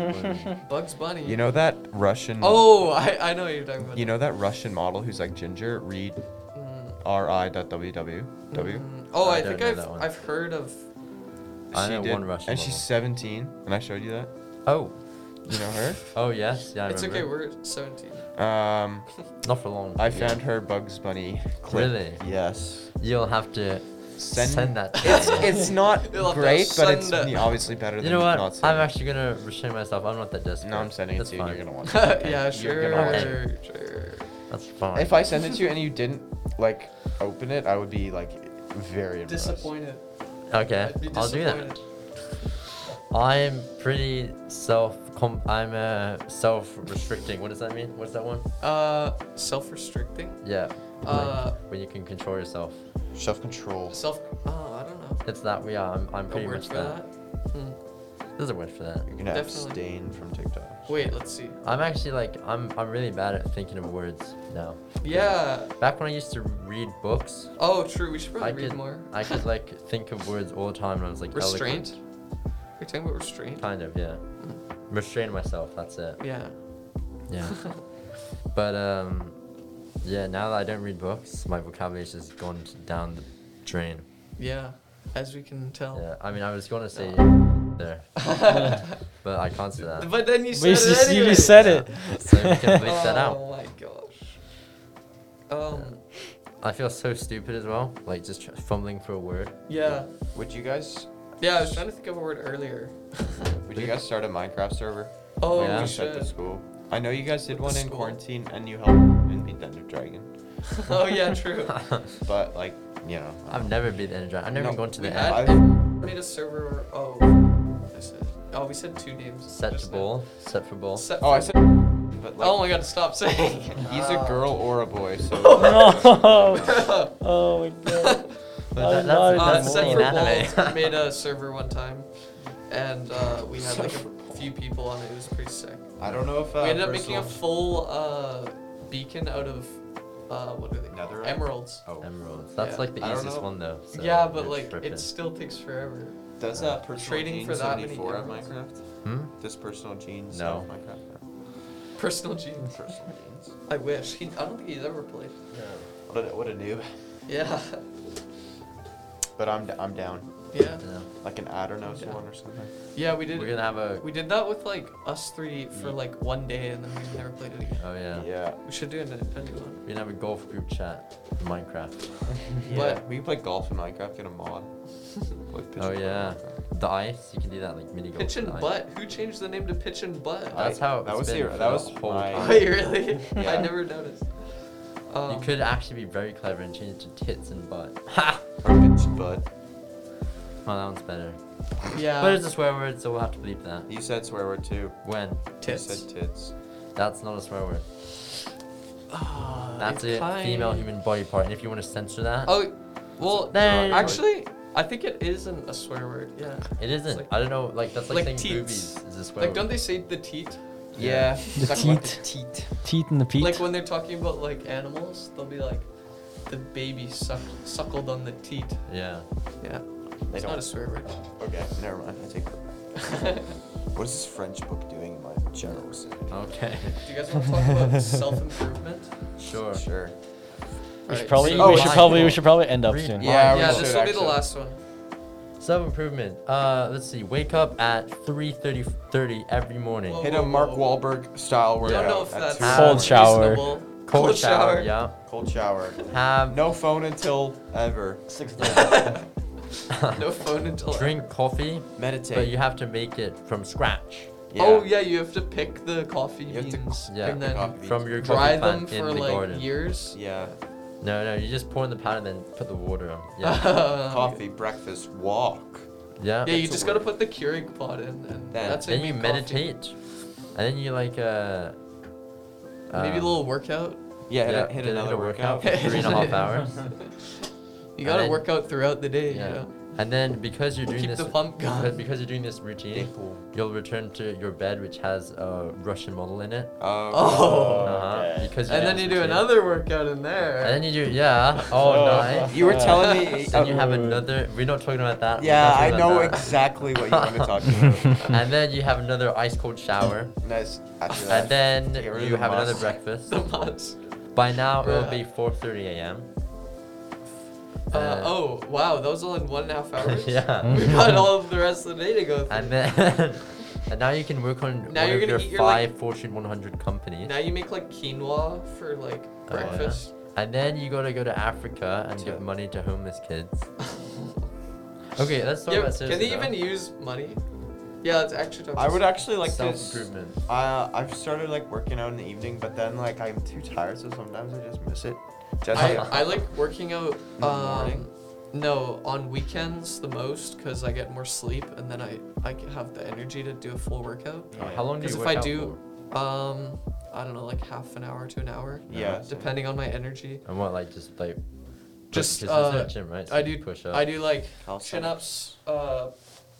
Bunny.
Bugs Bunny.
You know that Russian.
Oh, I, I know what you're talking about.
You know that Russian model who's like ginger? Read
Mm,
R I dot W W W.
mm. Oh,
I
I,
don't
think
know
I've
that one.
I've heard of.
I
She
know
did-
one Russian
And she's
model.
17, and I showed you that.
Oh.
You know her?
Oh yes. Yeah. I
it's okay.
remember.
We're 17.
Um,
Not for long.
I found her Bugs Bunny clip.
Really?
Yes.
You'll have to
Send-
send, that. To
It's,
me.
it's not
You'll have to
great, but it's
send it.
obviously better than
you know what?
not
I'm
sending.
actually gonna restrain myself. I'm not that desperate.
No, I'm sending it
That's
to you.
fine.
and You're gonna watch it.
yeah,
You're
sure,
gonna watch it.
sure, sure.
That's fine.
If I send it to you and you didn't like open it, I would be like very impressed.
Disappointed.
okay,
I'd be
I'll do that.
disappointed.
I'm pretty self. Com- I'm uh, self-restricting. What does that mean? What's that one?
Uh, self-restricting.
Yeah. like,
Uh,
when you can control yourself.
Self-control.
Self. Oh, I don't know.
It's that. Yeah. I'm. I'm
A
pretty
word
much
for
that.
Hmm.
There's a word for that.
You're gonna
Definitely.
abstain from TikTok.
Wait, let's see.
I'm actually like I'm. I'm really bad at thinking of words now.
Yeah.
Back when I used to read books,
Oh, true. We should probably
I
read
could
more.
I could like think of words all the time, and I was like
restraint.
eloquent.
Are you talking about restraint?
Kind of, yeah. Restrain myself. That's it.
Yeah.
Yeah. but um, yeah. Now that I don't read books, my vocabulary's just gone down the drain.
Yeah. As we can tell.
Yeah. I mean, I was gonna say there, but I can't say that.
Oh. But then you said
We
it
just- you
anyway.
just said it.
So we can bleep that out.
Oh my gosh. Um.
I feel so stupid as well. Like just tr- fumbling for a word.
Yeah.
Would you guys?
Yeah. I was trying to think of a word earlier.
Would you guys start a Minecraft server?
Oh,
Yeah.
we
Just at the
should.
school. I know you guys did
the
one in
school.
quarantine, and you helped and beat the Ender Dragon.
oh yeah, true.
But like, you know.
I've never been the Energon. I've never
No,
even gone to
we
the end.
had-
I
I-
made a server. where- Oh, what I said. Oh, we said two names.
Set to
just now.
ball. Set for ball.
Set
Oh, I said. But like,
oh my god, stop saying.
he's a girl or a boy, so.
No.
uh,
oh my god.
But that-
That's
Uh, that's-
not even
that's
Oh, set
more
for
anime.
ball made a server one time, and uh, we had like a few people on it. It was pretty sick.
I don't know if. Uh,
we ended up making a
personal-
full uh, beacon out of uh, what are they?
Netherite?
Emeralds.
Oh.
Emeralds. That's
Yeah.
like the
I don't
easiest
know.
one though. so
yeah, but
you're
like
tripping.
it still takes forever.
Does
Uh,
uh, personal
trading
gene
for that many
74 have
emeralds.
Minecraft?
Hmm?
Does personal genes
No.
have Minecraft? No.
Personal genes.
Personal genes.
I wish. He, I don't think he's ever played.
What a, what a noob.
Yeah.
But I'm, d- I'm down.
Yeah.
Yeah.
Like an Adernos
Yeah.
one or something.
Yeah, we did.
We're gonna have a.
We did that with like us three for
Yeah.
like one day, and then we never played it again.
Oh yeah.
Yeah.
We should do an a new one.
We're gonna have a golf group chat. in Minecraft.
But we can play golf in Minecraft, get a mod. Play pitch
oh
and putt in
yeah.
Minecraft.
The ice. You can do that like mini golf.
Pitch
with
and
the ice.
butt. Who changed the name to pitch and butt?
I-
That's how
that
it's
was
been
the-
for
that was
whole
my-
time.
Wait, really? I
Yeah.
never noticed.
You
Um,
could actually be very clever and change it to tits and butt.
Or pitch and putt.
Oh, that one's better.
Yeah.
but it's a swear word, so we'll have to bleep that.
You said swear word too.
When?
Tits.
You said tits.
That's not a swear word.
Ah,
That's
it
it. Female
kind-
human body part. And if you want to censor that,
Oh, well,
No, no,
actually, I think it isn't a swear word. Yeah.
it isn't.
like-
I don't know. Like that's like,
like
saying
teats.
boobies is a swear
Like, don't
word.
they say the teat?
Yeah.
Yeah.
The
Talk about
teat.
teat.
Teeth and the peat.
Like when they're talking about like animals, they'll be like, the baby suck- suckled on the teat.
Yeah.
Yeah.
They
It's not
don't.
a swear word.
Okay, never mind. I take it. back. What is this French book doing in my general vicinity?
Okay.
Do you guys want to talk about self improvement?
Sure.
Sure.
We should probably we should
mind
probably
control.
we should probably end up
Read
soon.
mind
Yeah, we
yeah,
control.
this
should
will be the
actually.
last one.
Self improvement. Uh, let's see. Wake up at 3:30 30 every morning.
Whoa.
Hit a Mark Wahlberg style
I don't
workout.
know if
at
that's
two
Cold
hours.
shower.
reasonable.
Cold, shower. Yeah.
Cold shower.
Have
No phone until ever.
Six thirty.
No phone until.
drink coffee,
Meditate.
but you have to make it from scratch.
Oh yeah, you have to pick the coffee
You have to
beans
yeah,
and then
coffee
From your
dry
coffee
them
plant
for
in the
like
garden.
years.
Yeah.
No, no. You just pour in the powder and then put the water on. Yeah.
Coffee, breakfast, walk.
Yeah.
yeah, you
That's a
just
word.
gotta put the Keurig pot in, and that's how
then you
make coffee.
meditate, and then you like uh.
Maybe a
um,
little workout.
Yeah, hit,
yeah,
a, hit
then
another
a workout
workout.
for three and a half hours.
You gotta
then-
work out throughout the day.
Yeah.
You know?
And then because you're doing
Keep
this,
the pump going.
because- because you're doing this routine, you'll return to your bed, which has a Russian model in it.
Oh.
Uh-huh.
Okay.
Because
And then
this
you do
routine.
another workout in there.
And then you do yeah. Oh no.
You were telling me.
Then you have another. We're not talking about that. we're
Yeah,
not
I
talking about
know
that.
exactly what you want to talk about.
And then you have another ice cold shower.
nice. After that.
And then
Get rid of
you
the
have another
moss.
breakfast.
the mods.
By now it'll
Bruh.
be 4:30 a.m.
Uh, oh wow, that was all in one and a half hours.
yeah.
We got all of the rest of the day to go through.
And then and now you can work on
Now
one
you're
of
gonna
your
eat your,
five
like-
Fortune 100 companies.
Now you make like quinoa for like
Oh,
yeah.
breakfast.
Uh, And then you gotta go to Africa and
To-
give money to homeless kids. Okay, let's talk
Yeah,
about
can
seriously.
they even use money? Yeah, let's actually talk.
I would actually like
self
this.
improvement?
Uh, I've started like working out in the evening, but then like I'm too tired, so sometimes I just miss it. Just
I, I like working out.
In the
Um,
morning?
no, on weekends the most because I get more sleep and then I I can have the energy to do a full workout.
How long do
Because
you
if
work
I
out
do, um, I don't know, like half an hour to an hour,
Yeah.
depending on my energy.
for? And what like just like
Just,
because there's no
uh,
gym, right?
I do
push up.
I do like chin
Calisthenics.
ups, uh,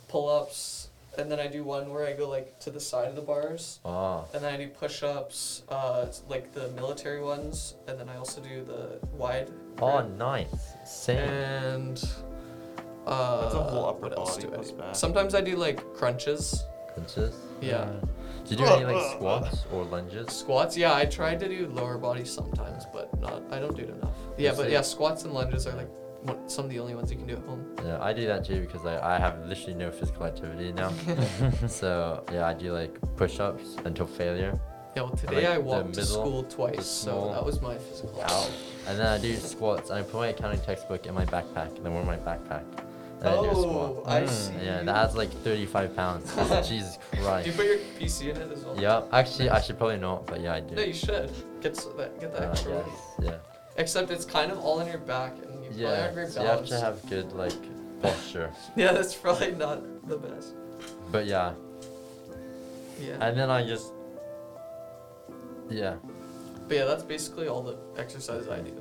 pull ups, and then I do one where I go like to the side of the bars.
Oh,
And then I do push ups, uh, like the military ones, and then I also do the wide.
oh,
grip.
nice. Same.
And. Uh,
That's a whole upper
what else
body
do I
plus
do?
back.
Sometimes I do like crunches.
Crunches.
Yeah.
Do you do any
uh,
like squats or lunges?
Squats. Yeah, I try to do lower body sometimes, but not. I don't do it enough. Yeah,
Is
but
it-
yeah, squats and lunges are like one, some of the only ones you can do at home.
Yeah, I do that too because like I have literally no physical activity now. so yeah, I do like push-ups until failure,
Yeah. Well, today
like
I
the
walked to
middle,
school twice, so
small-
that was my physical.
Ow. and then I do squats. And I put my accounting textbook in my backpack, and then wear my backpack, and I do a
Oh,
squat.
I
Mm,
see.
Yeah, that adds like 35 pounds. Jesus
Do you
Christ.
put your PC in it as well?
Yeah, actually, I should probably not, but yeah, I do.
No, you should. Get s- that. Get that
Uh,
extra
yes,
weight.
yeah.
Except it's kind of all in your back, and you probably
Yeah,
aren't very
so you have
balanced.
to have good like posture.
yeah, that's probably not the best.
But yeah,
Yeah.
and then I just yeah.
but yeah, that's basically all the exercise I do.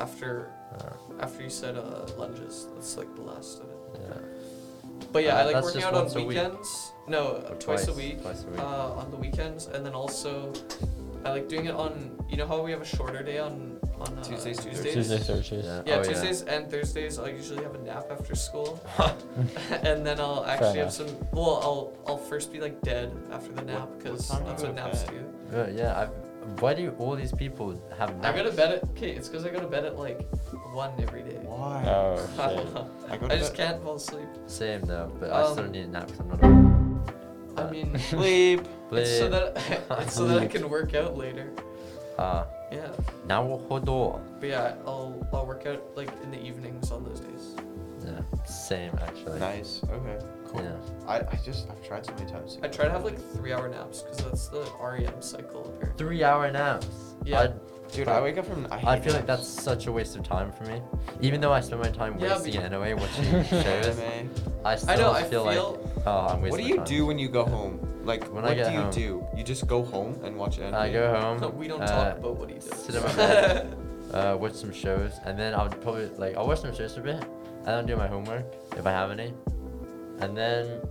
After,
Uh,
after you said uh, lunges, that's like the last of it.
yeah.
But yeah,
Uh,
I like
that's
working
just
out on
once a week.
weekends. No, uh,
Or
twice, a week.
Twice a week.
Uh, on the weekends, and then also, I like doing it on. You know how we have a shorter day on on uh,
Tuesdays and Thursdays.
Tuesday searches.
Yeah.
Yeah,
Oh,
Tuesdays and Thursdays I usually have a nap after school, and then I'll actually have
enough.
some. Well, I'll I'll first be like dead after the nap
what
because
time do
that's
you
what
go to
naps
bed?
do.
Yeah, yeah. I've, why do all these people have
I
naps?
go to bed at okay. It's because I go to bed at like one every day.
Why?
Oh
I
shit.
don't know.
I go
I
to
just
bed-
can't fall asleep.
Same though, but I still
Um,
need a nap 'cause I'm not.
I
Uh,
mean, it's
Sleep.
so that it's so that I can work out later.
uh,
Yeah,
now hodor.
but yeah, I'll I'll work out like in the evenings on those days.
Yeah, same actually.
Nice. Okay. Cool.
Yeah.
I, I just I've tried so many times.
I
To
try to have like three hour naps because that's the REM E cycle. Apparently.
Three hour naps.
Yeah.
I'd
Dude,
But
I wake up from.
I
I, hate
feel like
apps.
that's such a waste of time for me. Even though I spend my time
Yeah,
wasting
but-
it anyway, watching shows,
Anime.
I still
know, I
feel,
feel-
like, oh, I'm wasting
What do
my
you
time.
do when you go home? Like,
When I
what
get
do you
home-
do? You just go home and watch anime.
I go home.
No, we don't
uh,
talk about what he does.
Sit in my bed, uh, watch some shows, and then I'll probably like I'll watch some shows for a bit, and then I'll do my homework if I have any, and then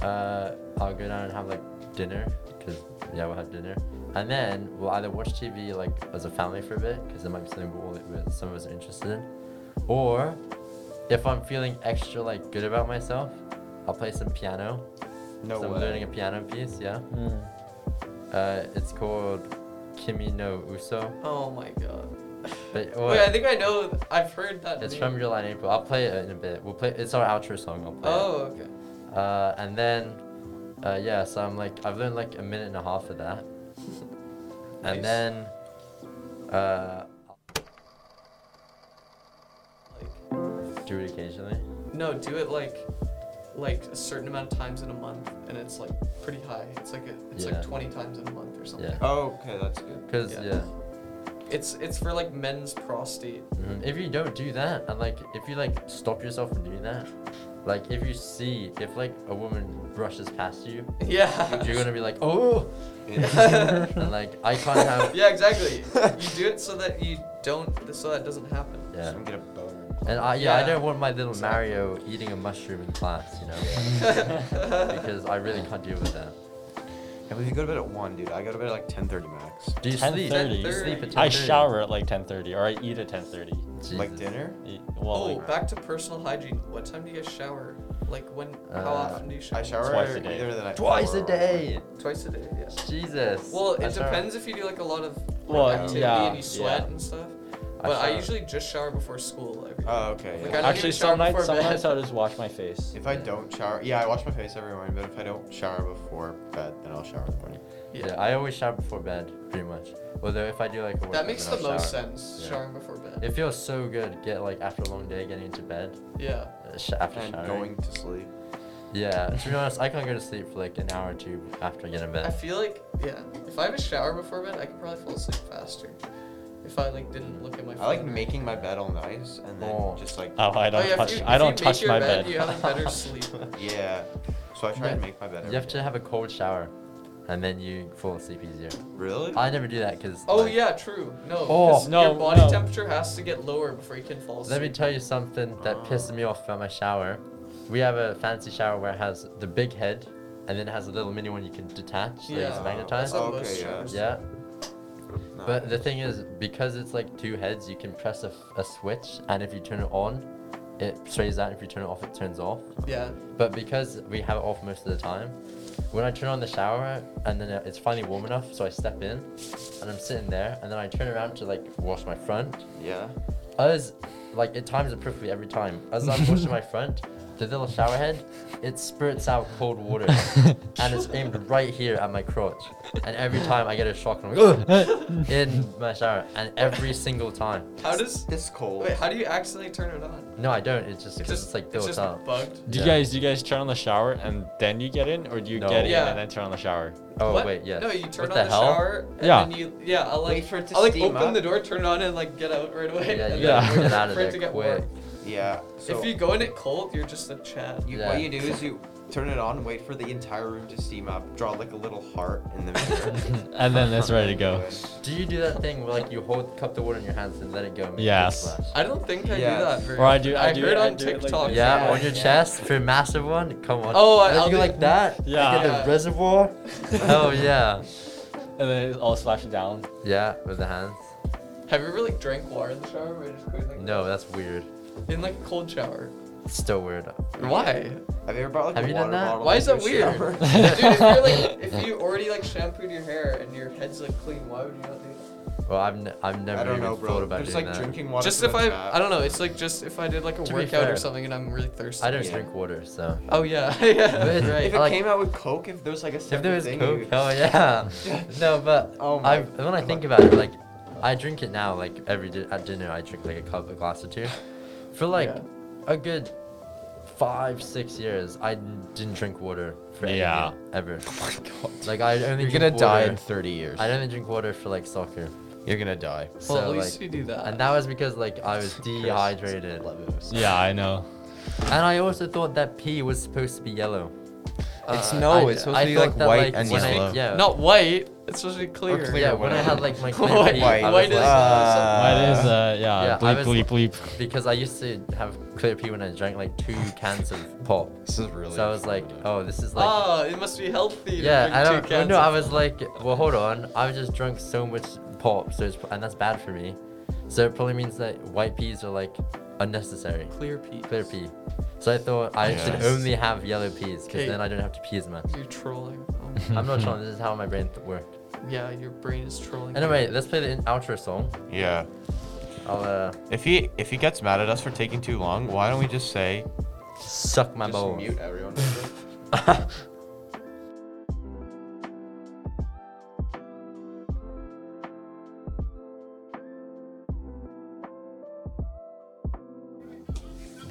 uh, I'll go down and have like dinner because yeah we'll have dinner, and then we'll either watch TV like as a family for a bit because there might be something we all, we- some of us are interested in, or if I'm feeling extra like good about myself, I'll play some piano.
No
so
way.
I'm learning a piano piece, yeah.
Mm.
Uh, it's called Kimi no Uso.
Oh my god.
But,
Wait, I
what?
think I know. I've heard that.
It's
name.
from July and April. I'll play it in a bit. We'll play. It's our outro song. I'll play.
Oh, okay.
It. Uh, and then, uh, yeah. So I'm like, I've learned like a minute and a half of that,
Nice.
and then, uh,
Like,
do it occasionally.
no, do it like, like a certain amount of times in a month, and it's like pretty high. It's like a, it's
Yeah.
like 20 times in a month or something.
Yeah.
Oh, okay, that's good.
Cause
Yeah.
yeah,
It's it's for like men's prostate.
mhm. if you don't do that, and like if you like stop yourself from doing that, like if you see if like a woman brushes past you,
Yeah.
you're gonna be like, oh,
Yeah.
and like I can't have.
yeah, exactly. You do it so that you don't, so that doesn't happen.
Yeah.
Just get a boner.
And I, yeah,
Yeah.
I don't want my little
Exactly.
Mario eating a mushroom in class, you know, because I really can't deal with that.
I believe you go to bed at one, dude. I go to bed at like ten thirty max.
Do you sleep?
10:30.
Do you sleep at 10:30?
I shower at like 10:30 or I eat at 10:30.
Like
Jesus.
dinner?
E-
oh,
Well, like,
back to personal hygiene. What time do you guys shower? Like when?
Uh,
how often do you shower?
I shower
Twice a
either
day.
the night
Twice a
before or-
day.
twice a day. Yeah.
Jesus.
Well,
I
it
shower-
depends if you do like a lot of
Well,
activity
yeah,
and you sweat
yeah.
and stuff.
I
But I,
shower-
usually just shower before school every day.
Oh, okay.
Like,
yeah.
I don't
Actually,
even shower
some nights,
before
some
bed.
nights I'll just wash my face.
If I don't shower, yeah, I wash my face every morning. But if I don't shower before bed, then I'll shower in the morning.
Yeah. I always shower before bed, pretty much. Although if I do like a workout,
That makes the
then I'll
most
shower.
sense.
Yeah.
Showering before bed.
It feels so good. Get like after a long day, getting into bed
Yeah.
uh, sh- after
And
showering.
going to sleep.
Yeah. To be honest, I can't go to sleep for like an hour or two after I get in
I
bed.
feel like yeah. If I have a shower before bed, I could probably fall asleep faster. If I like didn't look at my phone.
I like making my bed all nice and then
Oh.
just like
Oh, I
Oh,
don't
yeah, if
touch.
you- if
I
you
don't
make
touch
your
my
bed,
bed.
You have a better sleep.
yeah. So I try
Yeah.
to make my bed.
You
every
have to
day.
have a cold shower, and then you fall asleep easier.
really.
I never do that because.
Oh yeah, true. No.
Oh,
'cause
no,
Your body
no.
temperature has to get lower before you can fall asleep.
Let me tell you something that
Oh.
pissed me off about my shower. We have a fancy shower where it has the big head, and then it has a little mini one you can detach, so
Yeah.
it's
That's
magnetized.
how
Oh, okay,
most
yeah.
showers.
Yeah,
No.
but the thing is, because it's like two heads, you can press a, a switch, and if you turn it on, it strays out. If you turn it off, it turns off.
Yeah.
But because we have it off most of the time, when I turn on the shower and then it's finally warm enough, so I step in, and I'm sitting there, and then I turn around to like wash my front,
yeah.
as like it times it perfectly every time. As I'm washing my front, the little shower head, it spurts out cold water, and it's aimed right here at my crotch. And every time I get a shock, I'm like, "Ugh," in my shower, and every single time.
How does?
This cold.
Wait, how do you accidentally turn it on?
No, I don't. It's just because it's like built
just
up.
bugged.
Do you
Yeah.
guys do you guys turn on the shower and then you get in, or do you
No.
get
Yeah.
in and then turn on the shower?
oh
What?
wait, yes.
No, you turn
what
on
the
the,
hell?
shower. And
Yeah.
Then you, yeah. I'll like.
Wait for it to
I'll like
steam
open
up.
the door, turn it on, and like get out right away.
Yeah,
and
you
then
gotta
wait
get
out of
for it
there
to get
quick.
warm.
Yeah. So
if you go in it cold, you're just a Chad.
you,
Yeah.
what you do is you turn it on, wait for the entire room to steam up, draw like a little heart in the mirror.
And then it's ready to go.
Do you do that thing where like you hold cup the water in your hands and let it go? and make it
Yes.
splash?
I don't think I
Yes.
do that. Very
Or I
often.
do- I do-
heard
I
on
do it like
TikTok.
this.
Yeah,
Yeah,
on your
yeah.
chest for a massive one. Come on.
Oh, I-
Then
I'll
you
do-
go like that. you
Yeah.
Get
Yeah.
a reservoir. oh yeah.
And then it all splashes down.
Yeah, with the hands.
Have you ever like drank water in the shower? Or just going, like,
No, that's weird.
In like a cold shower.
It's still weird.
Why?
Have you ever brought like
Have
a
you
water
done that?
bottle?
Why
into
is that
your
weird?
shower?
Dude, if you're like, if you already like shampooed your hair and your head's like clean, why would you not do that?
Well, I've n- I've never
I don't
even
know,
thought
bro.
about
There's
doing
like
that.
drinking water.
just
from
if
the
I,
tap.
I don't know. It's like just if I did like a
To be
workout or
fair,
something and I'm really thirsty.
I don't
Yeah.
drink water, so.
Oh yeah, yeah.
But-
right.
If it
I like-
came out with Coke, if there was like a
If
separate
there was
thing,
Coke,
you'd-
oh yeah. no, but
Oh my
I when I think
God.
about it, like I drink it now, like every di- at dinner I drink like a cup, a glass or two. For like
Yeah.
a good five, six years, I n- didn't drink water for
Yeah.
yeah. ever. Like I only
You're
drink
gonna die
water-
in 30 years.
I only drink water for like soccer.
You're gonna die.
So
Well, at least
like,
you do that.
and that was because like I was dehydrated,
Yeah, I know.
and I also thought that pea was supposed to be yellow.
It's
Uh,
no,
I-
it's supposed
I
to be
thought
like
that,
white and
when I-
yellow.
yeah,
Not white. It's supposed to be clear.
clear.
yeah. When I had
whatever.
like my clear
White,
pea,
White.
I was
white is
like,
Ah.
White is uh yeah,
Yeah, I
bleep
was-
bleep bleep.
because I used to have clear pea when I drank like two cans of pop.
This is really.
So I was like, oh, this is like.
oh, it must be healthy. to
yeah,
drink
I
two
don't. well,
cans
No,
of
I was like, well, hold on. I've just drunk so much pop, so it's, and that's bad for me. So it probably means that white peas are like unnecessary.
clear pee.
Clear pea. So I thought I should
Yes.
only have yellow peas because
Okay.
then I don't have to pee as much.
You're trolling. Um,
I'm not sure. This is how my brain th- worked.
yeah, your brain is trolling.
Anyway, let's play the in- outro song.
yeah.
I'll uh,
If he if he gets mad at us for taking too long, why don't we just say
suck my
just
balls.
mute everyone? real quick?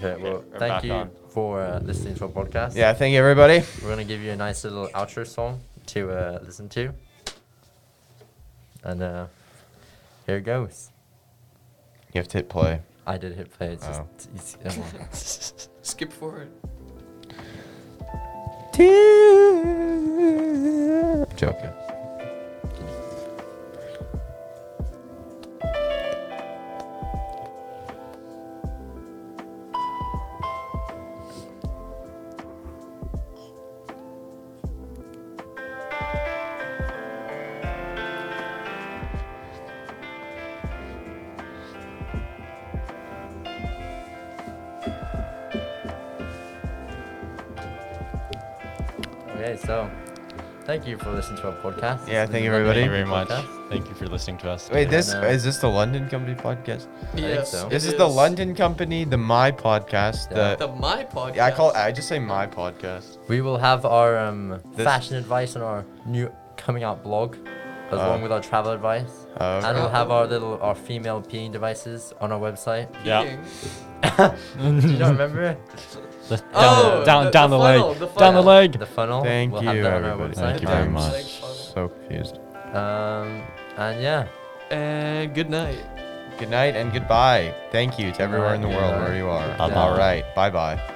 Okay, well,
we're
thank
back
you
on.
for uh, listening to our podcast.
yeah. Thank you, everybody.
We're gonna give you a nice little outro song to uh, listen to, and uh, here it goes.
You have to hit play.
I did hit play. It's
Oh.
just it's, oh well.
skip forward.
Joking.
okay. So, thank you for listening to our podcast.
Yeah,
This
thank
is
you,
Monday
everybody.
Thank
Night
you very much.
Podcast.
Thank you for listening to us.
Wait,
Yeah,
this
no.
is this the London Company podcast?
think
yes,
so.
it
This is the
is.
London Company, the My Podcast.
Yeah.
The
The my podcast.
yeah, I call I just say My Podcast.
We will have our um,
This-
fashion advice on our new coming out blog, as
Oh.
long with our travel advice,
Uh,
and we'll
Okay.
have our little our female peeing devices on our website.
Yeah.
Do you not remember
Let's- Down,
Oh,
the, down,
the-
down
the
the,
funnel, the
leg. down the
funnel.
leg.
the funnel?
Thank
we'll
you,
have that on our
everybody.
website.
Thank you very
Thanks.
much.
Thanks, Father.
So confused.
Um, and yeah.
And good night.
Good night and goodbye. Thank you to everywhere in the world, where you are.
Bye-bye.
All right. Bye bye.